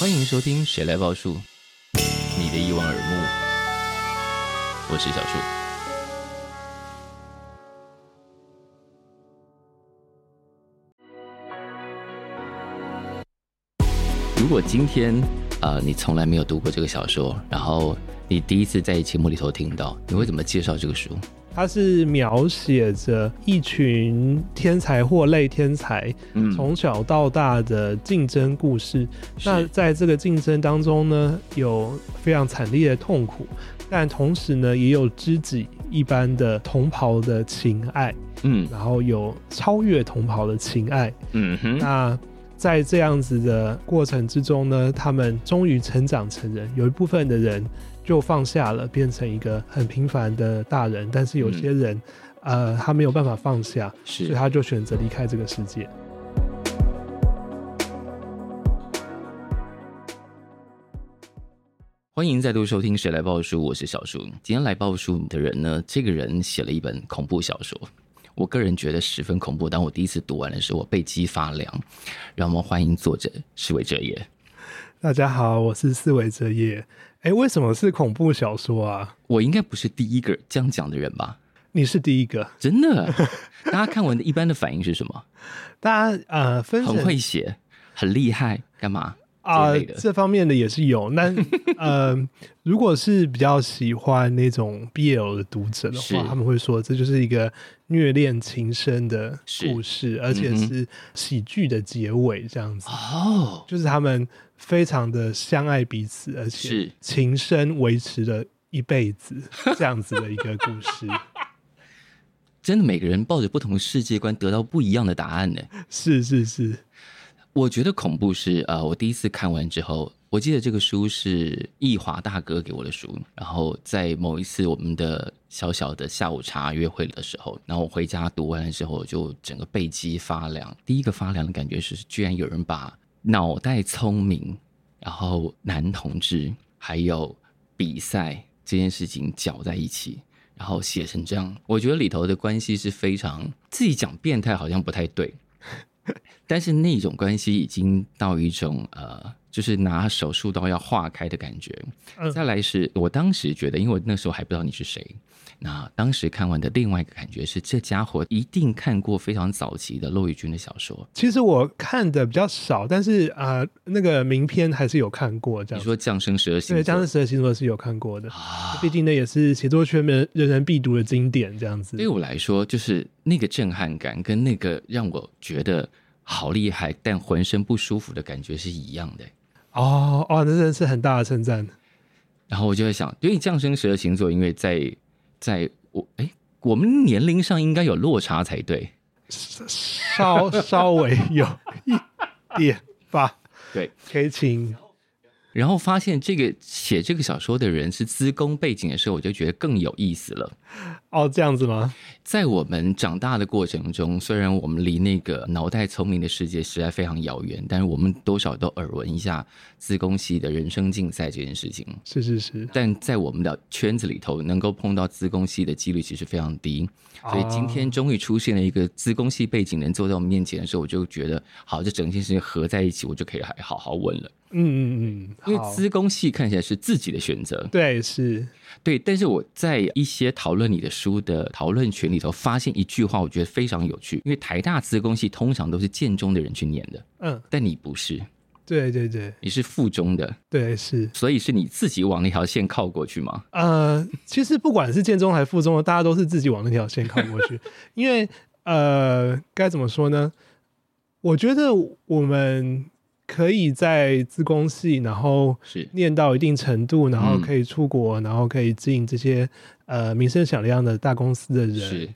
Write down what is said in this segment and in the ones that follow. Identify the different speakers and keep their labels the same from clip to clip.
Speaker 1: 欢迎收听《谁来报数》，你的一望而目，我是小树。如果今天呃你从来没有读过这个小说，然后你第一次在节目里头听到，你会怎么介绍这个书？
Speaker 2: 它是描写着一群天才或类天才
Speaker 1: 嗯
Speaker 2: 从小到大的竞争故事。那
Speaker 1: 是
Speaker 2: 在这个竞争当中呢，有非常惨烈的痛苦，但同时呢，也有知己一般的同袍的情爱，
Speaker 1: 嗯
Speaker 2: 然后有超越同袍的情爱。
Speaker 1: 嗯哼，
Speaker 2: 那在这样子的过程之中呢，他们终于成长成人，有一部分的人就放下了，变成一个很平凡的大人，但是有些人，呃，他没有办法放下，所以
Speaker 1: 是
Speaker 2: 他就选择离开这个世界。
Speaker 1: 欢迎再度收听《谁来报书》，我是小树。今天来报书的人呢，这个人写了一本恐怖小说，我个人觉得十分恐怖。当我第一次读完的时候，我背脊发凉。让我们欢迎作者石尾哲也。
Speaker 2: 大家好，我是四维哲也。哎、为什么是恐怖小说啊？
Speaker 1: 我应该不是第一个这样讲的人吧？
Speaker 2: 你是第一个，
Speaker 1: 真的，大家看完的一般的反应是什么？
Speaker 2: 大家呃分成
Speaker 1: 很会写，很厉害，干嘛？
Speaker 2: 啊、
Speaker 1: 这一类的
Speaker 2: 这方面的也是有。 那呃，如果是比较喜欢那种 BL 的读者的
Speaker 1: 是
Speaker 2: 话，他们会说这就是一个虐恋情深的
Speaker 1: 是
Speaker 2: 故事，而且
Speaker 1: 嗯哼
Speaker 2: 是喜剧的结尾这样子。
Speaker 1: 哦，
Speaker 2: 就是他们非常的相爱彼此，而且
Speaker 1: 是
Speaker 2: 情深维持了一辈子 这样子的一个故事。
Speaker 1: 真的每个人抱着不同的世界观得到不一样的答案呢。
Speaker 2: 是是是，
Speaker 1: 我觉得恐怖是呃，我第一次看完之后，我记得这个书是易华大哥给我的书，然后在某一次我们的小小的下午茶约会的时候，然后我回家读完了之后，我就整个背脊发凉。第一个发凉的感觉是，居然有人把脑袋聪明，然后男同志还有比赛这件事情搅在一起。然后写成这样，我觉得里头的关系是非常自己讲变态好像不太对，但是那种关系已经到一种呃，就是拿手术刀要划开的感觉。
Speaker 2: 嗯
Speaker 1: 再来是我当时觉得，因为我那时候还不知道你是谁，那当时看完的另外一个感觉是，这家伙一定看过非常早期的骆玉军的小说。
Speaker 2: 其实我看的比较少，但是啊、呃那个名片还是有看过这
Speaker 1: 你
Speaker 2: 样子。
Speaker 1: 说降生十二星
Speaker 2: 对，《僵
Speaker 1: 座
Speaker 2: 尸十二星座》是有看过的。
Speaker 1: 啊，
Speaker 2: 毕竟呢，也是写作圈人人人必读的经典，这样子
Speaker 1: 对。我来说，就是那个震撼感跟那个让我觉得好厉害，但浑身不舒服的感觉是一样的。
Speaker 2: 哦哦，那真的是很大的称赞。
Speaker 1: 然后我就在想，因为降生十二星座，因为在在我哎，我们年龄上应该有落差才对。
Speaker 2: 稍 稍微有一点吧，
Speaker 1: 对，
Speaker 2: 可以请
Speaker 1: 然后发现这个写这个小说的人是资工背景的时候，我就觉得更有意思了。
Speaker 2: 哦这样子吗？
Speaker 1: 在我们长大的过程中，虽然我们离那个脑袋聪明的世界实在非常遥远，但是我们多少都耳闻一下资工系的人生竞赛这件事情。
Speaker 2: 是是是，
Speaker 1: 但在我们的圈子里头，能够碰到资工系的几率其实非常低。所以
Speaker 2: 哦
Speaker 1: 今天终于出现了一个资工系背景人坐在我们面前的时候，我就觉得好，这整件事情合在一起，我就可以还好好问了。
Speaker 2: 嗯嗯
Speaker 1: 因
Speaker 2: 嗯，
Speaker 1: 为
Speaker 2: 好，
Speaker 1: 资工系看起来是自己的选择，
Speaker 2: 对是
Speaker 1: 对。但是我在一些讨论你的书的讨论群里头，发现一句话，我觉得非常有趣。因为台大资工系通常都是建中的人去念的，
Speaker 2: 嗯
Speaker 1: 但你不是，
Speaker 2: 对对对
Speaker 1: 你是附中的，
Speaker 2: 对是。
Speaker 1: 所以是你自己往那条线靠过去吗？
Speaker 2: 呃，其实不管是建中还是附中的，大家都是自己往那条线靠过去，因为呃，该怎么说呢？我觉得我们可以在自工系，然后
Speaker 1: 是
Speaker 2: 念到一定程度，然后
Speaker 1: 嗯
Speaker 2: 可以出国，然后可以进这些呃名声响亮的大公司的人，
Speaker 1: 是，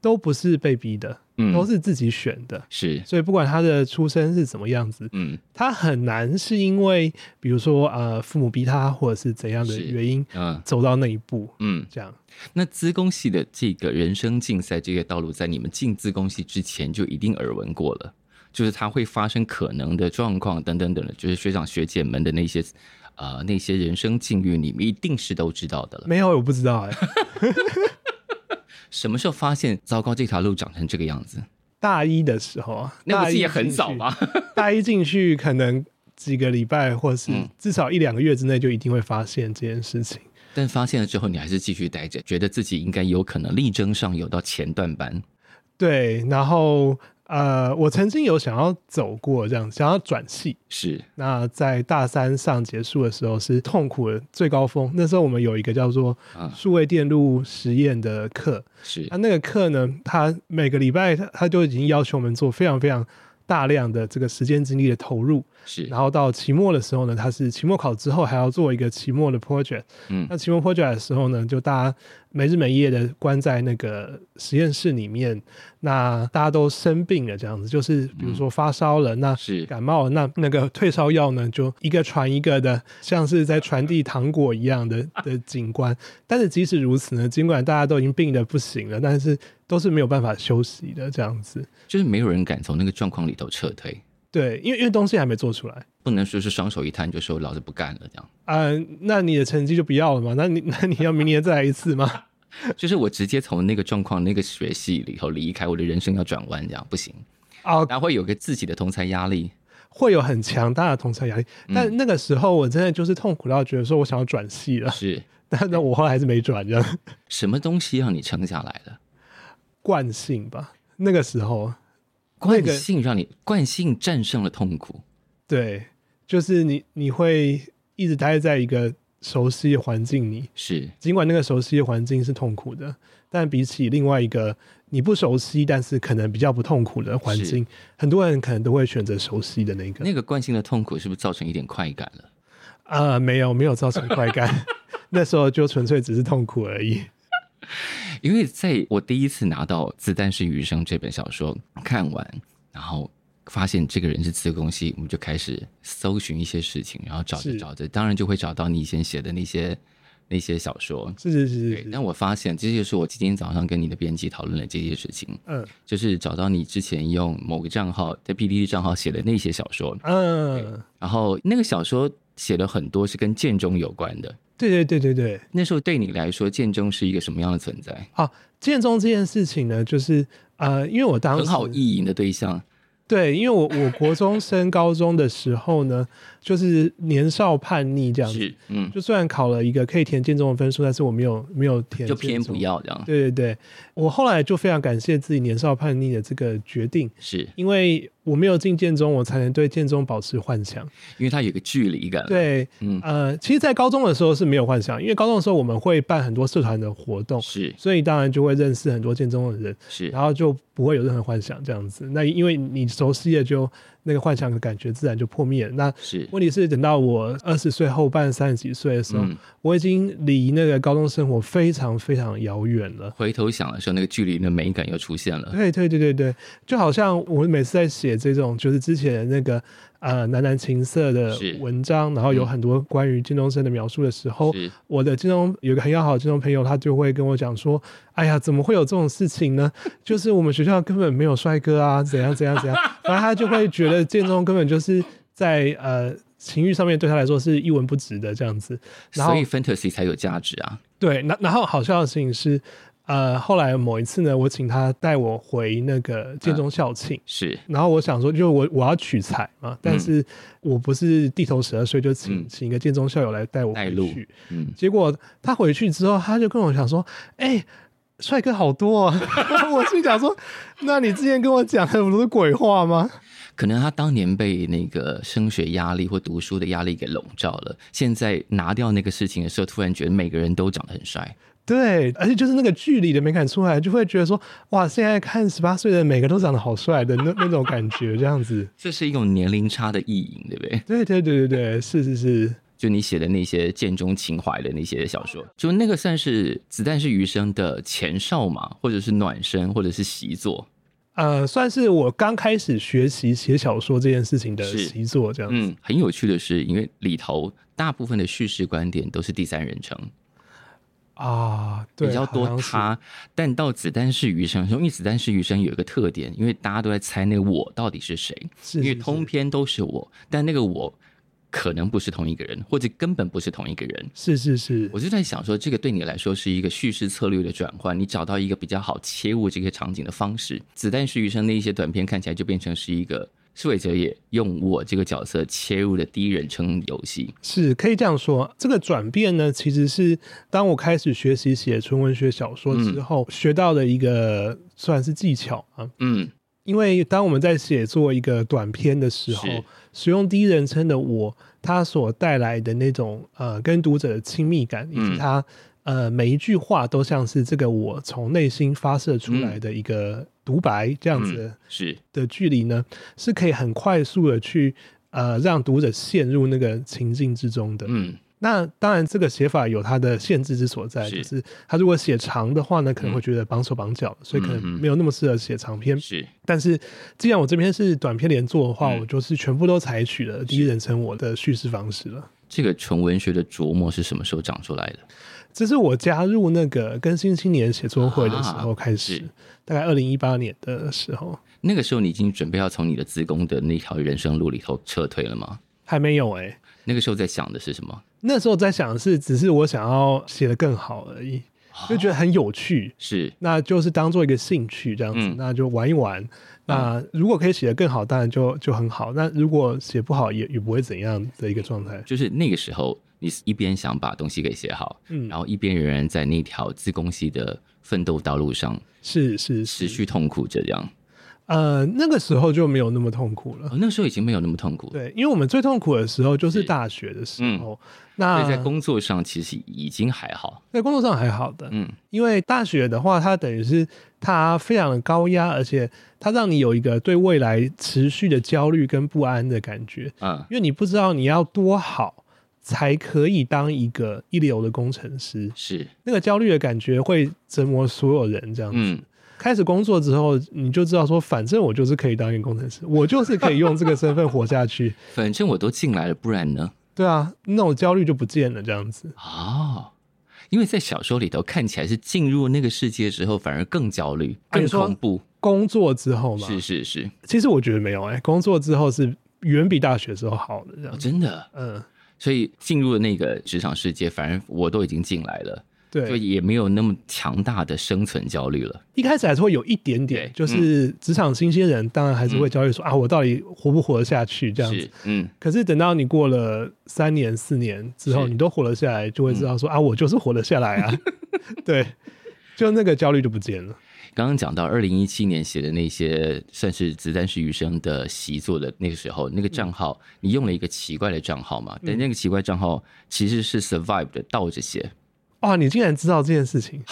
Speaker 2: 都不是被逼的，
Speaker 1: 嗯
Speaker 2: 都是自己选的。
Speaker 1: 是，
Speaker 2: 所以不管他的出身是怎么样子，
Speaker 1: 嗯
Speaker 2: 他很难是因为比如说呃父母逼他或者是怎样的
Speaker 1: 是
Speaker 2: 原因
Speaker 1: 嗯
Speaker 2: 走到那一步。
Speaker 1: 嗯。
Speaker 2: 这样
Speaker 1: 那资工系的这个人生竞赛这个道路，在你们进资工系之前就一定耳闻过了，就是它会发生可能的状况等等等的，就是学长学姐们的那些呃那些人生境遇，你们一定是都知道的了。
Speaker 2: 没有，我不知道哎、
Speaker 1: 什么时候发现糟糕，这条路长成这个样子？
Speaker 2: 大一的时候啊，
Speaker 1: 那不
Speaker 2: 大
Speaker 1: 是
Speaker 2: 一
Speaker 1: 也很
Speaker 2: 进
Speaker 1: 早
Speaker 2: 去？
Speaker 1: 吗？
Speaker 2: 大一进去可能几个礼拜，或是
Speaker 1: 嗯
Speaker 2: 至少一两个月之内，就一定会发现这件事情。
Speaker 1: 但发现了之后，你还是继续待着，觉得自己应该有可能力争上游到前段班。
Speaker 2: 对，然后呃，我曾经有想要走过这样，想要转系。
Speaker 1: 是，
Speaker 2: 那在大三上结束的时候是痛苦的最高峰。那时候我们有一个叫做
Speaker 1: 啊
Speaker 2: 数位电路实验的课，
Speaker 1: 是
Speaker 2: 那那个课呢，他每个礼拜他他就已经要求我们做非常非常大量的这个时间精力的投入。
Speaker 1: 是，
Speaker 2: 然后到期末的时候呢，它是期末考之后还要做一个期末的 project。
Speaker 1: 嗯
Speaker 2: 那期末 project 的时候呢，就大家没日没夜的关在那个实验室里面，那大家都生病了，这样子，就是比如说发烧了，那
Speaker 1: 是
Speaker 2: 感冒了，那那个退烧药呢，就一个传一个的，像是在传递糖果一样 的的景观。但是即使如此呢，尽管大家都已经病得不行了，但是都是没有办法休息的这样子。
Speaker 1: 就是没有人敢从那个状况里头撤退，
Speaker 2: 对，因为因为东西还没做出来。
Speaker 1: 不能说是双手一摊就说老子不干了这样。
Speaker 2: 嗯、那你的成绩就不要了嘛？那你 那你要明年再来一次吗？
Speaker 1: 就是我直接从那个状况、那个学系里头离开，我的人生要转弯，这样不行。
Speaker 2: 啊，
Speaker 1: 然后会有个自己的同才压力，
Speaker 2: 会有很强大的同侪压力。但那个时候我真的就是痛苦到觉得说我想要转系了，
Speaker 1: 是
Speaker 2: 但是我后来还是没转，这样
Speaker 1: 什么东西让你撑下来了？
Speaker 2: 惯性吧。那个时候，那
Speaker 1: 惯
Speaker 2: 个
Speaker 1: 性让你惯性战胜了痛苦，
Speaker 2: 对，就是你你会一直待在一个熟悉的环境里，
Speaker 1: 是
Speaker 2: 尽管那个熟悉的环境是痛苦的，但比起另外一个你不熟悉但是可能比较不痛苦的环
Speaker 1: 是
Speaker 2: 境，很多人可能都会选择熟悉的那个。
Speaker 1: 那个惯性的痛苦，是不是造成一点快感了？
Speaker 2: 呃，没有，没有造成快感， 那时候就纯粹只是痛苦而已。
Speaker 1: 因为在我第一次拿到《子弹是余生》这本小说看完，然后发现这个人是自贡系，我们就开始搜寻一些事情，然后找着
Speaker 2: 是
Speaker 1: 找着，当然就会找到你以前写的那些那些小说。
Speaker 2: 是是是
Speaker 1: 对
Speaker 2: 是，是，
Speaker 1: 但我发现这就是我今天早上跟你的编辑讨论的这些事情，
Speaker 2: 嗯
Speaker 1: 就是找到你之前用某个账号在 PDD 账号写的那些小说，
Speaker 2: 嗯，
Speaker 1: 然后那个小说写了很多是跟建中有关的。
Speaker 2: 对对对对对。啊
Speaker 1: 那时候对你来说，建中是一个什么样的存在？
Speaker 2: 建中这件事情呢，就是呃，因为我当时
Speaker 1: 很好意淫的对象。
Speaker 2: 对，因为我我国中升高中的时候呢，就是年少叛逆这样子。
Speaker 1: 是，嗯，
Speaker 2: 就虽然考了一个可以填建中的分数，但是我没有没有填，
Speaker 1: 就偏不。要这样。
Speaker 2: 对对对，我后来就非常感谢自己年少叛逆的这个决定，
Speaker 1: 是
Speaker 2: 因为我没有进建中，我才能对建中保持幻想。
Speaker 1: 因为它有一个距离感。，
Speaker 2: 对，
Speaker 1: 嗯
Speaker 2: 呃，其实，在高中的时候是没有幻想，因为高中的时候我们会办很多社团的活动，
Speaker 1: 是
Speaker 2: 所以当然就会认识很多建中的人，
Speaker 1: 是
Speaker 2: 然后就不会有任何幻想这样子。那因为你熟悉了就，那个幻想的感觉自然就破灭了。那
Speaker 1: 是，
Speaker 2: 问题是，等到我二十岁后半三十几岁的时候，
Speaker 1: 嗯，
Speaker 2: 我已经离那个高中生活非常非常遥远了。
Speaker 1: 回头想的时候，那个距离的美感又出现了。
Speaker 2: 对对对对对，就好像我每次在写这种就是之前那个呃男男情色的
Speaker 1: 是
Speaker 2: 文章，然后有
Speaker 1: 嗯
Speaker 2: 很多关于金钟生的描述的时候，
Speaker 1: 是
Speaker 2: 我的金融有一个很要好的金融朋友，他就会跟我讲说：“哎呀，怎么会有这种事情呢？ 就是我们学校根本没有帅哥啊，怎样怎样怎样。”反正他就会觉得建中根本就是在呃情欲上面对他来说是一文不值的这样子。然后
Speaker 1: 所以 fantasy 才有价值啊。
Speaker 2: 对，然然后好笑的事情是，呃，后来某一次呢，我请他带我回那个建中校庆。
Speaker 1: 是
Speaker 2: 然后我想说，就我我要取材嘛，但是我不是地头蛇，所以就请、
Speaker 1: 嗯
Speaker 2: 请一个建中校友来带我
Speaker 1: 带
Speaker 2: 回
Speaker 1: 路
Speaker 2: 去。
Speaker 1: 嗯，
Speaker 2: 结果他回去之后，他就跟我讲说：“哎、帅哥好多、啊。” 我心想说：“那你之前跟我讲的不是鬼话吗
Speaker 1: 可能他当年被那个升学压力或读书的压力给笼罩了，现在拿掉那个事情的时候，突然觉得每个人都长得很帅。？”
Speaker 2: 对，而且就是那个距离的美感出来，就会觉得说：“哇，现在看十八岁的每个都长得好帅的那那种感觉，这样子。
Speaker 1: 这是一种年龄差的意淫，对不对”？
Speaker 2: 对对对对对，是是是，
Speaker 1: 就你写的那些剑中情怀的那些小
Speaker 2: 嗯
Speaker 1: 说，就那个算是《子弹是余生》的前哨嘛，或者是暖身，或者是习作。
Speaker 2: 呃，算是我刚开始学习写小说这件事情的
Speaker 1: 是
Speaker 2: 习作，这样子。
Speaker 1: 嗯，很有趣的是，因为里头大部分的叙事观点都是第三人称，
Speaker 2: 啊，对，
Speaker 1: 比较多
Speaker 2: 好像是
Speaker 1: 他，但到子弹是余生的时候，因为子弹是余生有一个特点，因为大家都在猜那个我到底是谁，
Speaker 2: 是
Speaker 1: 因为
Speaker 2: 是
Speaker 1: 通篇都是我，但那个我可能不是同一个人，或者根本不是同一个人。
Speaker 2: 是是是
Speaker 1: 我就在想说，这个对你来说是一个叙事策略的转换，你找到一个比较好切入这个场景的方式。子弹是余生那一些短片看起来就变成是一个。是伟哲也用我这个角色切入的第一人称游戏，
Speaker 2: 是，可以这样说。这个转变呢，其实是当我开始学习写纯文学小说之后，学到的一个算是技巧啊。
Speaker 1: 嗯，
Speaker 2: 因为当我们在写作一个短篇的时候
Speaker 1: 是，
Speaker 2: 使用第一人称的我，它所带来的那种呃跟读者的亲密感，以及
Speaker 1: 嗯
Speaker 2: 它呃每一句话都像是这个我从内心发射
Speaker 1: 嗯
Speaker 2: 出来的一个独白这样子
Speaker 1: 是
Speaker 2: 的距离呢，是可以很快速的去呃让读者陷入那个情境之中的。
Speaker 1: 嗯
Speaker 2: 那当然，这个写法有它的限制之所在，
Speaker 1: 是嗯
Speaker 2: 就是它如果写长的话呢，可能会觉得绑手绑脚，所以可能
Speaker 1: 嗯嗯
Speaker 2: 没有那么适合写长篇。
Speaker 1: 是
Speaker 2: 但是既然我这边是短篇连作的话，
Speaker 1: 嗯
Speaker 2: 我就是全部都采取了第一人称我的叙事方式了。
Speaker 1: 这个纯文学的琢磨是什么时候长出来的？
Speaker 2: 这是我加入那个更新青年写作会的时候
Speaker 1: 啊
Speaker 2: 开始，
Speaker 1: 是
Speaker 2: 大概二零一八年的时候
Speaker 1: 那个时候你已经准备要从你的自工的那条人生路里头撤退了吗？
Speaker 2: 还没有哎、
Speaker 1: 那个时候在想的是什么？
Speaker 2: 那时候在想的是，只是我想要写的更好而已，
Speaker 1: 哦
Speaker 2: 就觉得很有
Speaker 1: 啊
Speaker 2: 趣。
Speaker 1: 是
Speaker 2: 那就是当做一个兴趣这样子，
Speaker 1: 嗯
Speaker 2: 那就玩一玩。那如果可以写得更好，当然就就很好；那如果写不好也，也不会怎样的一个状态。
Speaker 1: 就是那个时候，你一边想把东西给写好，
Speaker 2: 嗯
Speaker 1: 然后一边仍然在那条自贡系的奋斗道路上
Speaker 2: 是是
Speaker 1: 持
Speaker 2: 是，
Speaker 1: 续痛苦着这样。
Speaker 2: 呃，那个时候就没有那么痛苦了。
Speaker 1: 哦，那个时候已经没有那么痛苦，
Speaker 2: 对，因为我们最痛苦的时候就是
Speaker 1: 是
Speaker 2: 大学的时
Speaker 1: 嗯
Speaker 2: 候。
Speaker 1: 所
Speaker 2: 那
Speaker 1: 以在工作上其实已经还好。
Speaker 2: 在工作上还好的，
Speaker 1: 嗯，
Speaker 2: 因为大学的话，它等于是它非常的高压，而且它让你有一个对未来持续的焦虑跟不安的感觉。
Speaker 1: 嗯，
Speaker 2: 因为你不知道你要多好才可以当一个一流的工程师，
Speaker 1: 是，
Speaker 2: 那个焦虑的感觉会折磨所有人。这样子，
Speaker 1: 嗯，
Speaker 2: 开始工作之后，你就知道说，反正我就是可以当一个工程师，我就是可以用这个身份活下去。
Speaker 1: 反正我都进来了，不然呢？
Speaker 2: 对啊，那种焦虑就不见了。这样子，
Speaker 1: 哦，因为在小说里头看起来是进入那个世界之后，反而更焦虑、
Speaker 2: 啊你
Speaker 1: 更
Speaker 2: 说
Speaker 1: 恐怖。
Speaker 2: 工作之后嘛，
Speaker 1: 是是是，
Speaker 2: 其实我觉得没有哎、工作之后是远比大学时候好的。这
Speaker 1: 哦
Speaker 2: 样子，
Speaker 1: 真的。
Speaker 2: 嗯，
Speaker 1: 所以进入了那个职场世界，反而我都已经进来了，所
Speaker 2: 对，
Speaker 1: 以也没有那么强大的生存焦虑了。
Speaker 2: 一开始还是会有一点点
Speaker 1: 对，嗯
Speaker 2: 就是职场新鲜人，当然还是会焦虑说、啊，我到底活不活得下去这样子。
Speaker 1: 是，嗯，
Speaker 2: 可是等到你过了三年、四年之后，
Speaker 1: 是
Speaker 2: 你都活了下来，就会知 道说、啊，我就是活了下来啊。对，就那个焦虑就不见了。
Speaker 1: 刚刚讲到二零一七年写的那些算是子弹是余生的习作的那个时候，那个账号、
Speaker 2: 嗯
Speaker 1: 你用了一个奇怪的账号嘛？但那个奇怪账号其实是 survive 的倒着写，
Speaker 2: 哇，你竟然知道这件事情？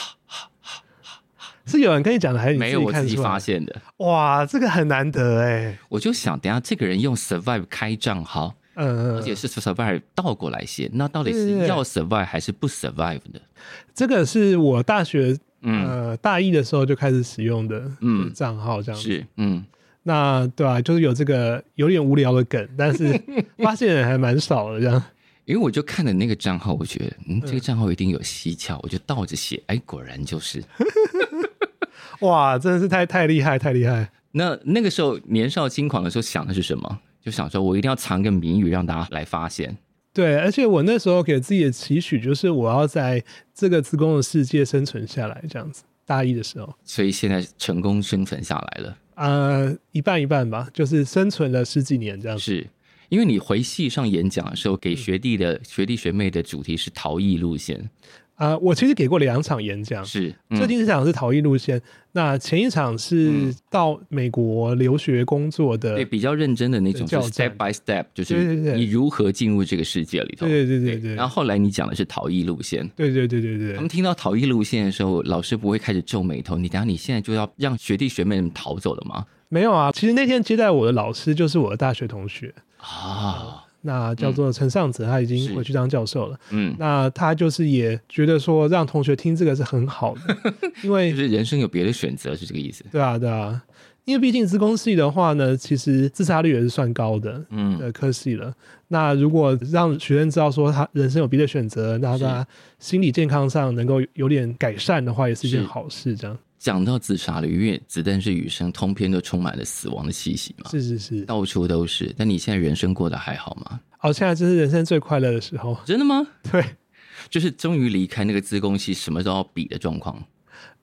Speaker 2: 是有人跟你讲的，还是你
Speaker 1: 没有我
Speaker 2: 看
Speaker 1: 自己
Speaker 2: 出来
Speaker 1: 发？现的。
Speaker 2: 哇，这个很难得哎、
Speaker 1: 我就想，等一下这个人用 survive 开账号，
Speaker 2: 嗯，
Speaker 1: 而且是 survive 倒过来写，那到底
Speaker 2: 对对
Speaker 1: 是
Speaker 2: 对
Speaker 1: 要 survive 还是不 survive 呢？
Speaker 2: 这个是我大学
Speaker 1: 嗯，
Speaker 2: 呃大一的时候就开始使用的
Speaker 1: 嗯
Speaker 2: 账号，这样子。
Speaker 1: 是，嗯，
Speaker 2: 那对啊，就是有这个有点无聊的梗，但是发现人还蛮少的这样。
Speaker 1: 因为我就看了那个账号，我觉得，嗯，这个账号一定有蹊跷，我就倒着写，哎，果然就是。
Speaker 2: 哇，真的是太太厉害，太厉害！
Speaker 1: 那那个时候年少轻狂的时候想的是什么？就想说我一定要藏一个谜语让大家来发现。
Speaker 2: 对，而且我那时候给自己的期许就是我要在这个自宫的世界生存下来，这样子。大一的时候，
Speaker 1: 所以现在成功生存下来了，
Speaker 2: 呃，一半一半吧，就是生存了十几年这样子。
Speaker 1: 是因为你回系上演讲的时候，给学弟
Speaker 2: 嗯
Speaker 1: 的、学弟学妹的主题是逃逸路线，
Speaker 2: 啊、我其实给过两场演讲，
Speaker 1: 是、
Speaker 2: 最
Speaker 1: 嗯、
Speaker 2: 近这场是逃逸路线，那前一场是
Speaker 1: 嗯
Speaker 2: 到美国留学工作的。
Speaker 1: 对比较认真的那种，
Speaker 2: 对
Speaker 1: 就
Speaker 2: 教
Speaker 1: 是
Speaker 2: 战
Speaker 1: step by step，就
Speaker 2: 对
Speaker 1: 是
Speaker 2: 对对
Speaker 1: 你如何进入这个世界里头。
Speaker 2: 对对对对对
Speaker 1: 然后后来你讲的是逃逸路线。
Speaker 2: 对对对对对
Speaker 1: 他们听到逃逸路线的时候，老师不会开始皱眉头。你等下你现在就要让学弟学妹们逃走了吗？
Speaker 2: 没有啊。其实那天接待我的老师就是我的大学同学，
Speaker 1: 啊，
Speaker 2: 那叫做陈尚子，他已经
Speaker 1: 是
Speaker 2: 回去当教授了。
Speaker 1: 嗯，
Speaker 2: 那他就是也觉得说 让同学听这个是很好的，因为
Speaker 1: 就是人生有别的选择，是这个意思。
Speaker 2: 对啊，对啊，因为毕竟资工系的话呢，其实自杀率也是算高的，
Speaker 1: 嗯，
Speaker 2: 的科系了。那如果让学生知道说他人生有别的选择，那
Speaker 1: 是
Speaker 2: 他心理健康上能够有点改善的话，也是一件
Speaker 1: 是
Speaker 2: 好事。这样
Speaker 1: 讲到自杀率，因为《子弹是雨声》通篇都充满了死亡的气息嘛，
Speaker 2: 是是是。
Speaker 1: 到处都是。但你现在人生过得还好吗？
Speaker 2: 哦，现在就是人生最快乐的 时候。
Speaker 1: 真的吗？
Speaker 2: 对
Speaker 1: 就是终于离开那个自贡系，什么都要比的状况。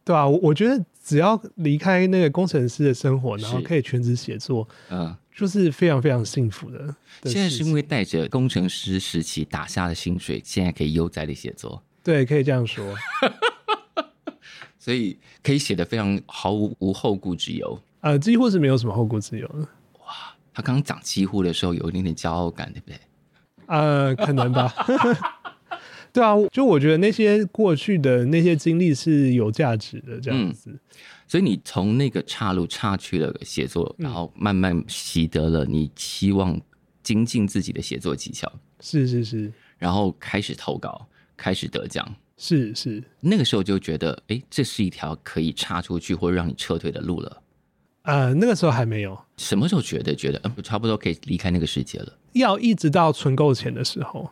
Speaker 2: 对啊，我我觉得只要离开那个工程师的生活，
Speaker 1: 是
Speaker 2: 然后可以全职写作，
Speaker 1: 嗯、
Speaker 2: 就是非常非常幸福的。的
Speaker 1: 现在是
Speaker 2: 事情
Speaker 1: 因为带着工程师时期打下的薪水，现在可以悠哉的写作，
Speaker 2: 对，可以这样说。
Speaker 1: 所以可以写的非常毫无无后顾之忧。
Speaker 2: 呃，几乎是没有什么后顾之忧的。
Speaker 1: 他刚刚讲几乎的时候，有一点点骄傲感，对不对？
Speaker 2: 呃，可 能吧。对啊，就我觉得那些过去的那些经历是有价值的，这样
Speaker 1: 嗯
Speaker 2: 子。
Speaker 1: 所以你从那个岔路岔去了写作，
Speaker 2: 嗯
Speaker 1: 然后慢慢习得了你期望精进自己的写作技巧，
Speaker 2: 是是是
Speaker 1: 然后开始投稿，开始得奖。
Speaker 2: 是是，
Speaker 1: 那个时候就觉得，哎，这是一条可以岔出去或让你撤退的路了。
Speaker 2: 呃，那个时候还没有，
Speaker 1: 什么时候觉得觉得，嗯、差不多可以离开那个世界了？
Speaker 2: 要一直到存够钱的时候，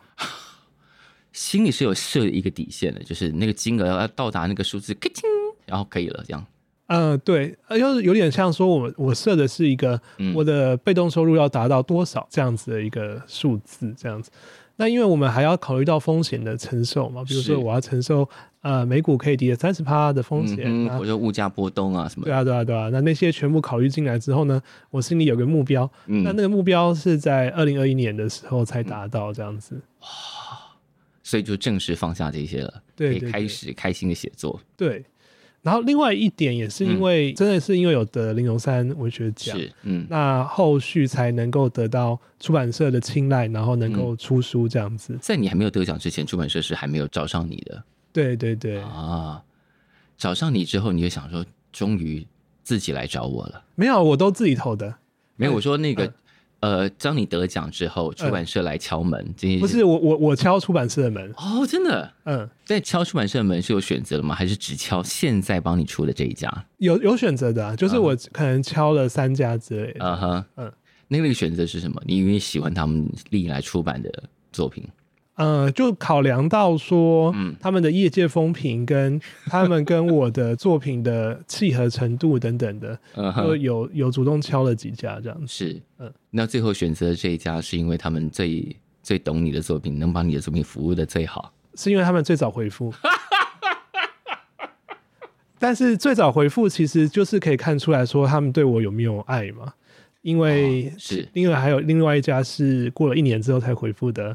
Speaker 1: 心里是有设一个底线的，就是那个金额要到达那个数字，咔嚓然后可以了，这样。
Speaker 2: 呃，对，呃，又有点像说我我设的是一个
Speaker 1: 嗯
Speaker 2: 我的被动收入要达到多少这样子的一个数字，这样子。那因为我们还要考虑到风险的承受嘛，比如说
Speaker 1: 是
Speaker 2: 我要承受呃美股可以跌三十趴的风
Speaker 1: 嗯
Speaker 2: 险，
Speaker 1: 哼，
Speaker 2: 那
Speaker 1: 或者物价波动啊什么
Speaker 2: 对
Speaker 1: 的。
Speaker 2: 啊，对啊，对啊。那那些全部考虑进来之后呢，我心里有个目标，
Speaker 1: 嗯
Speaker 2: 那那个目标是在二零二一年的时候才达到这样子。
Speaker 1: 所以就正式放下这些了，可
Speaker 2: 对对
Speaker 1: 以开
Speaker 2: 对
Speaker 1: 始开心的写作。
Speaker 2: 对，然后另外一点也是因为、真的是因为有得玲珑山文学奖，
Speaker 1: 嗯是，嗯，
Speaker 2: 那后续才能够得到出版社的青睐，然后
Speaker 1: 嗯
Speaker 2: 能够出书这样子。
Speaker 1: 在你还没有得奖之前，出版社是还没有找上你的
Speaker 2: 对对对，
Speaker 1: 啊。找上你之后，你就想说，终于自己来找我了。
Speaker 2: 没有，我都自己投的，
Speaker 1: 没
Speaker 2: 嗯
Speaker 1: 有，我说那个，呃，当你得奖之后，出版社来敲门这件事，
Speaker 2: 不是我我我敲出版社的门，
Speaker 1: 哦，真的。
Speaker 2: 嗯，
Speaker 1: 在敲出版社的门是有选择的吗？还是只敲现在帮你出的这一家？
Speaker 2: 有有选择的啊、就是
Speaker 1: 嗯
Speaker 2: 我可能敲了三家之类的。
Speaker 1: 啊哈，
Speaker 2: 嗯，
Speaker 1: 那个选择是什么？你因为喜欢他们历来出版的作品，
Speaker 2: 呃，就考量到说
Speaker 1: 嗯，
Speaker 2: 他们的业界风评跟他们跟我的作品的契合程度等等的，
Speaker 1: 嗯哼
Speaker 2: 就，有有主动敲了几家这样子。
Speaker 1: 是，
Speaker 2: 呃嗯
Speaker 1: 那最后选择这一家是因为他们最最懂你的作品，能把你的作品服务的最好。
Speaker 2: 是因为他们最早回复。 但是最早回复其实就是可以看出来说他们对我有没有爱嘛，因为
Speaker 1: 哦是
Speaker 2: 因为还有另外一家是过了一年之后才回复的，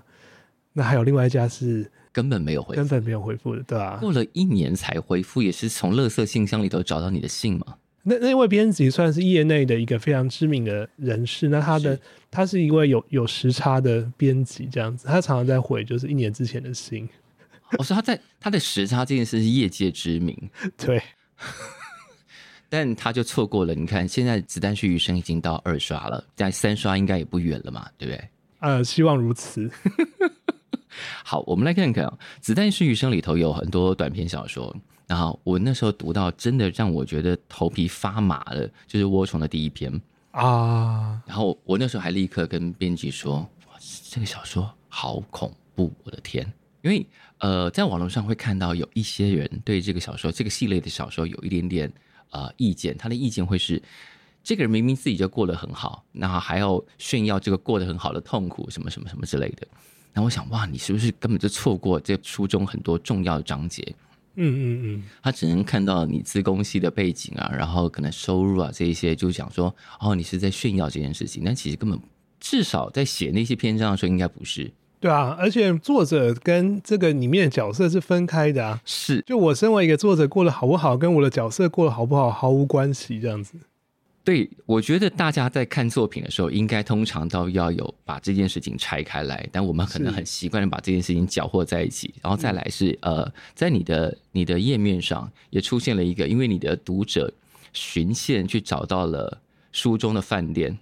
Speaker 2: 那还有另外一家是
Speaker 1: 根本没有回
Speaker 2: 根
Speaker 1: 复，
Speaker 2: 本没有回复的，对吧、
Speaker 1: 过了一年才回复，也是从垃圾信箱里头找到你的信嘛？
Speaker 2: 那那位编辑算是业内的一个非常知名的人士，那他的
Speaker 1: 是
Speaker 2: 他是一位有有时差的编辑，这样子，他常常在回就是一年之前的信，
Speaker 1: 我、哦说他在 他的时差这件事是业界知名，
Speaker 2: 对，
Speaker 1: 但他就错过了。你看，现在《子弹是余生》已经到二刷了，在三刷应该也不远了嘛，对不对？
Speaker 2: 呃，希望如此，
Speaker 1: 好，我们来看看、啊《子弹是余生》里头有很多短篇小说，然后我那时候读到，真的让我觉得头皮发麻的，就是《涡虫》的第一篇。
Speaker 2: 啊，
Speaker 1: 然后我那时候还立刻跟编辑说：“哇，这个小说好恐怖，我的天！”因为呃，在网络上会看到有一些人对这个小说、这个系列的小说有一点点呃意见，他的意见会是：这个人明明自己就过得很好，那还要炫耀这个过得很好的痛苦，什么什么什么之类的。然后我想，哇，你是不是根本就错过这书中很多重要的章节？
Speaker 2: 嗯嗯嗯，
Speaker 1: 他只能看到你自工系的背景啊，然后可能收入啊这一些，就想说哦，你是在炫耀这件事情，但其实根本至少在写那些篇章的时候，应该不是，
Speaker 2: 对啊，而且作者跟这个里面的角色是分开的啊，
Speaker 1: 是
Speaker 2: 就我身为一个作者过得好不好，跟我的角色过得好不好毫无关系，这样子，
Speaker 1: 对。我觉得大家在看作品的时候，应该通常都要有把这件事情拆开来，但我们可能
Speaker 2: 是
Speaker 1: 很习惯的把这件事情搅和在一起，然后再来是、呃，在你的你的页面上也出现了一个，因为你的读者循线去找到了书中的饭店。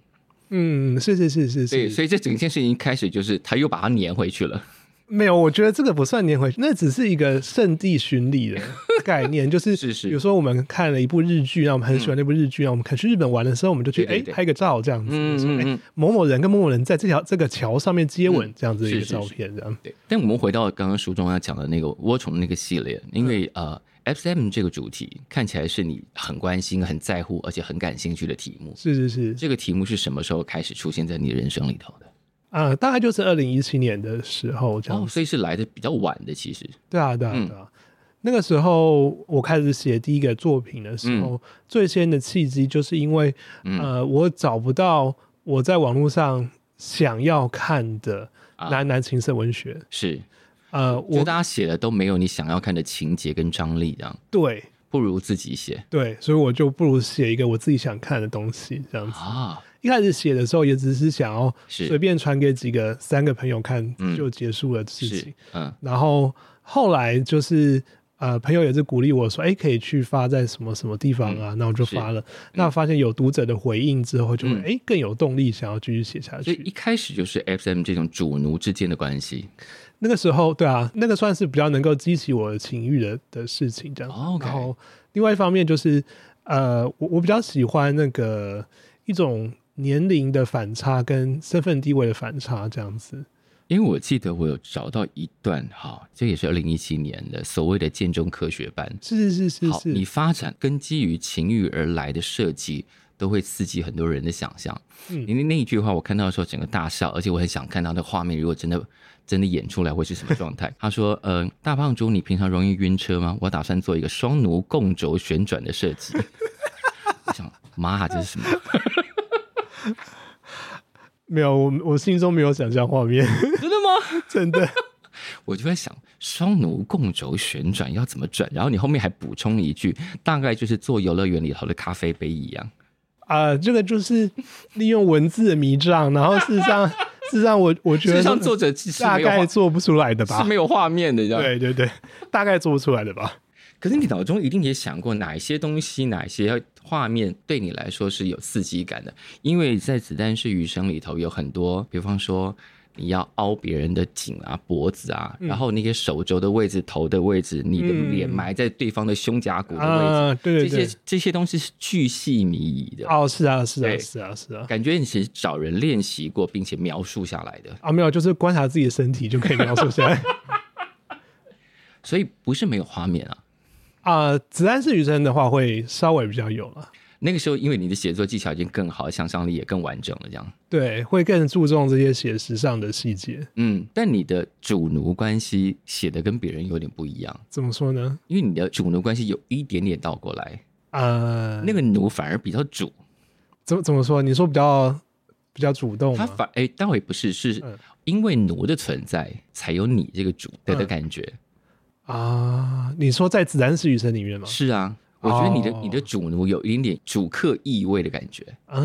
Speaker 2: 嗯，是是是是
Speaker 1: 对，
Speaker 2: 是，
Speaker 1: 所以这整件事情一开始就是他又把它粘回去了。
Speaker 2: 没有，我觉得这个不算年回，那只是一个圣地巡礼 的概念，就是
Speaker 1: 是是嗯
Speaker 2: 比如说我们看了一部日剧，让我们很喜欢那部日剧，让我们可能去日本玩的时候，我们就
Speaker 1: 对
Speaker 2: 去
Speaker 1: 对
Speaker 2: 哎
Speaker 1: 对
Speaker 2: 拍个照这样子，
Speaker 1: 嗯
Speaker 2: 说
Speaker 1: 嗯
Speaker 2: 哎
Speaker 1: 嗯
Speaker 2: 某某人跟某某人在这条这个桥上面接吻
Speaker 1: 嗯
Speaker 2: 这样子的一个
Speaker 1: 是是
Speaker 2: 照
Speaker 1: 是
Speaker 2: 片，这样
Speaker 1: 对，但我们回到刚刚书中要啊讲的那个涡虫的那个系列，因为、呃，FSM 这个主题看起来是你很关心、很在乎，而且很感兴趣的题目。
Speaker 2: 是是是，
Speaker 1: 这个题目是什么时候开始出现在你的人生里头的？
Speaker 2: 啊、大概就是二零一七年的时候这样
Speaker 1: 哦，
Speaker 2: 子。
Speaker 1: 所以是来的比较晚的，其实
Speaker 2: 对啊，对啊，
Speaker 1: 嗯
Speaker 2: 对啊。那个时候我开始写第一个作品的时候，最先的契机就是因为，
Speaker 1: 嗯
Speaker 2: 呃，我找不到我在网络上想要看的
Speaker 1: 啊嗯
Speaker 2: 男男情色文学。
Speaker 1: 是，
Speaker 2: 呃，
Speaker 1: 就
Speaker 2: 我
Speaker 1: 大家写的都没有你想要看的情节跟张力，这样
Speaker 2: 对
Speaker 1: 不如自己写
Speaker 2: 对，所以我就不如写一个我自己想看的东西，这样子。
Speaker 1: 啊，
Speaker 2: 一开始写的时候也只是想要
Speaker 1: 是
Speaker 2: 随便传给几个三个朋友看
Speaker 1: 嗯
Speaker 2: 就结束了事情
Speaker 1: 是。，嗯
Speaker 2: 然后后来就是呃，朋友也是鼓励我说，哎，可以去发在什么什么地方啊，那我就发了。那发现有读者的回应之后，就会
Speaker 1: 嗯
Speaker 2: 哎、诶更有动力想要继续写下
Speaker 1: 所以一
Speaker 2: 去。
Speaker 1: 开始就是 FSM 这种主奴之间的关系。
Speaker 2: 那个时候，对啊，那个算是比较能够激起我的情欲的的事情，这样。
Speaker 1: 哦，OK
Speaker 2: 然后另外一方面就是，呃，我我比较喜欢那个呃一种。年龄的反差跟身份地位的反差，这样子，
Speaker 1: 因为我记得我有找到一段哈，这也是二零一七年的所谓的建中科学班。
Speaker 2: 是是是
Speaker 1: 好，
Speaker 2: 是
Speaker 1: 你
Speaker 2: 是，
Speaker 1: 发展跟基于情欲而来的设计，都会刺激很多人的想象。
Speaker 2: 嗯
Speaker 1: 因为那一句话我看到的时候，整个大笑，而且我很想看到那个画面，如果真的 真的演出来会是什么状态？他说：“呃，大胖猪，你平常容易晕车吗？我打算做一个双奴共轴旋转的设计。”我想，妈，这是什么？
Speaker 2: 没有我我心中没有想象画面，
Speaker 1: 真的吗？
Speaker 2: 真的，
Speaker 1: 我就在想，双奴共轴旋转要怎么转？然后你后面还补充了一句，大概就是做游乐园里头的咖啡杯一样。
Speaker 2: 啊、这个就是利用文字的迷障，然后事实 上，事实上我我
Speaker 1: 事
Speaker 2: 觉得
Speaker 1: 实上，作者其实
Speaker 2: 大
Speaker 1: 没有
Speaker 2: 概
Speaker 1: 画
Speaker 2: 做不出来的
Speaker 1: 是
Speaker 2: 吧？
Speaker 1: 没有啊画面的，这样。
Speaker 2: 对对对，大概做不出来的吧？
Speaker 1: 可是你脑中一定也想过哪些东西、哪些画面对你来说是有刺激感的，因为在《子弹是余生》里头有很多，比方说你要凹别人的颈啊、脖子啊，然后那些手肘的位置、头的位置，你的脸埋在对方的胸甲骨的位置，
Speaker 2: 啊、对对
Speaker 1: 这
Speaker 2: 对
Speaker 1: 些，这些东西是巨细靡遗的，
Speaker 2: 哦，是啊是啊
Speaker 1: 对
Speaker 2: 是啊是啊，
Speaker 1: 感觉你是找人练习过并且描述下来的，
Speaker 2: 啊没有，就是观察自己的身体就可以描述 下来
Speaker 1: 所以不是没有画面啊。
Speaker 2: 啊、子弹是余生的话会稍微比较有了，
Speaker 1: 那个时候，因为你的写作技巧已经更好，想象力也更完整了，这样。
Speaker 2: 对，会更注重这些写实上的细节。
Speaker 1: 嗯，但你的主奴关系写的跟别人有点不一样，
Speaker 2: 怎么说呢？
Speaker 1: 因为你的主奴关系有一点点倒过来，
Speaker 2: 啊，
Speaker 1: 那个奴反而比较主，
Speaker 2: 怎么怎么说？你说比较比较主动
Speaker 1: 他
Speaker 2: 吗？
Speaker 1: 反哎倒也不是，是
Speaker 2: 嗯
Speaker 1: 因为奴的存在才有你这个主的的感觉。
Speaker 2: 啊，你说在子弹是余生里面吗？
Speaker 1: 是啊，我觉得你的、
Speaker 2: 嗯哦
Speaker 1: 你的主奴有一点点主客意味的感觉。
Speaker 2: 啊，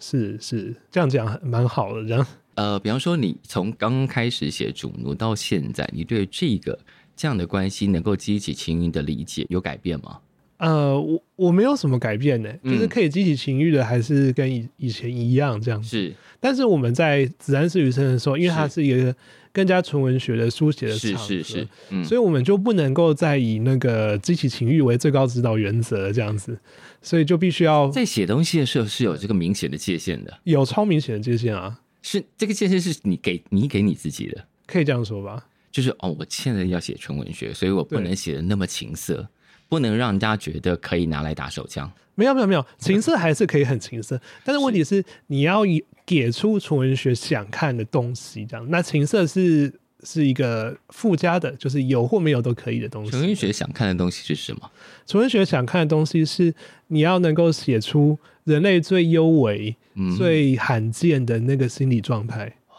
Speaker 2: 是是，这样讲还蛮好的，这样
Speaker 1: 呃，比方说你从刚开始写主奴到现在，你对这个这样的关系能够激起情欲的理解有改变吗？
Speaker 2: 呃，我我没有什么改变呢、就是
Speaker 1: 嗯
Speaker 2: 可以激起情欲的，还是跟以以前一样这样子。
Speaker 1: 是
Speaker 2: 但是我们在《子弹是余生》的时候，因为它
Speaker 1: 是
Speaker 2: 是一个更加纯文学的书写的
Speaker 1: 是
Speaker 2: 场
Speaker 1: 是
Speaker 2: 合
Speaker 1: 是，嗯
Speaker 2: 所以我们就不能够再以那个激起情欲为最高指导原则这样子，所以就必须要
Speaker 1: 在写东西的时候是有这个明显的界限的，
Speaker 2: 有超明显的界限啊，
Speaker 1: 是这个界限是你给你给你自己的，
Speaker 2: 可以这样说吧？
Speaker 1: 就是哦，我现在要写纯文学，所以我不
Speaker 2: 对
Speaker 1: 能写的那么情色，不能让人家觉得可以拿来打手枪。
Speaker 2: 没有没有没有，情色还是可以很情色，但是问题是你要以给出纯文学想看的东西，这样那情色是是一个附加的，就是有或没有都可以的东西。
Speaker 1: 纯文学想看的东西是什么？
Speaker 2: 纯文学想看的东西是你要能够写出人类最幽微、
Speaker 1: 嗯，
Speaker 2: 最罕见的那个心理状态。哇，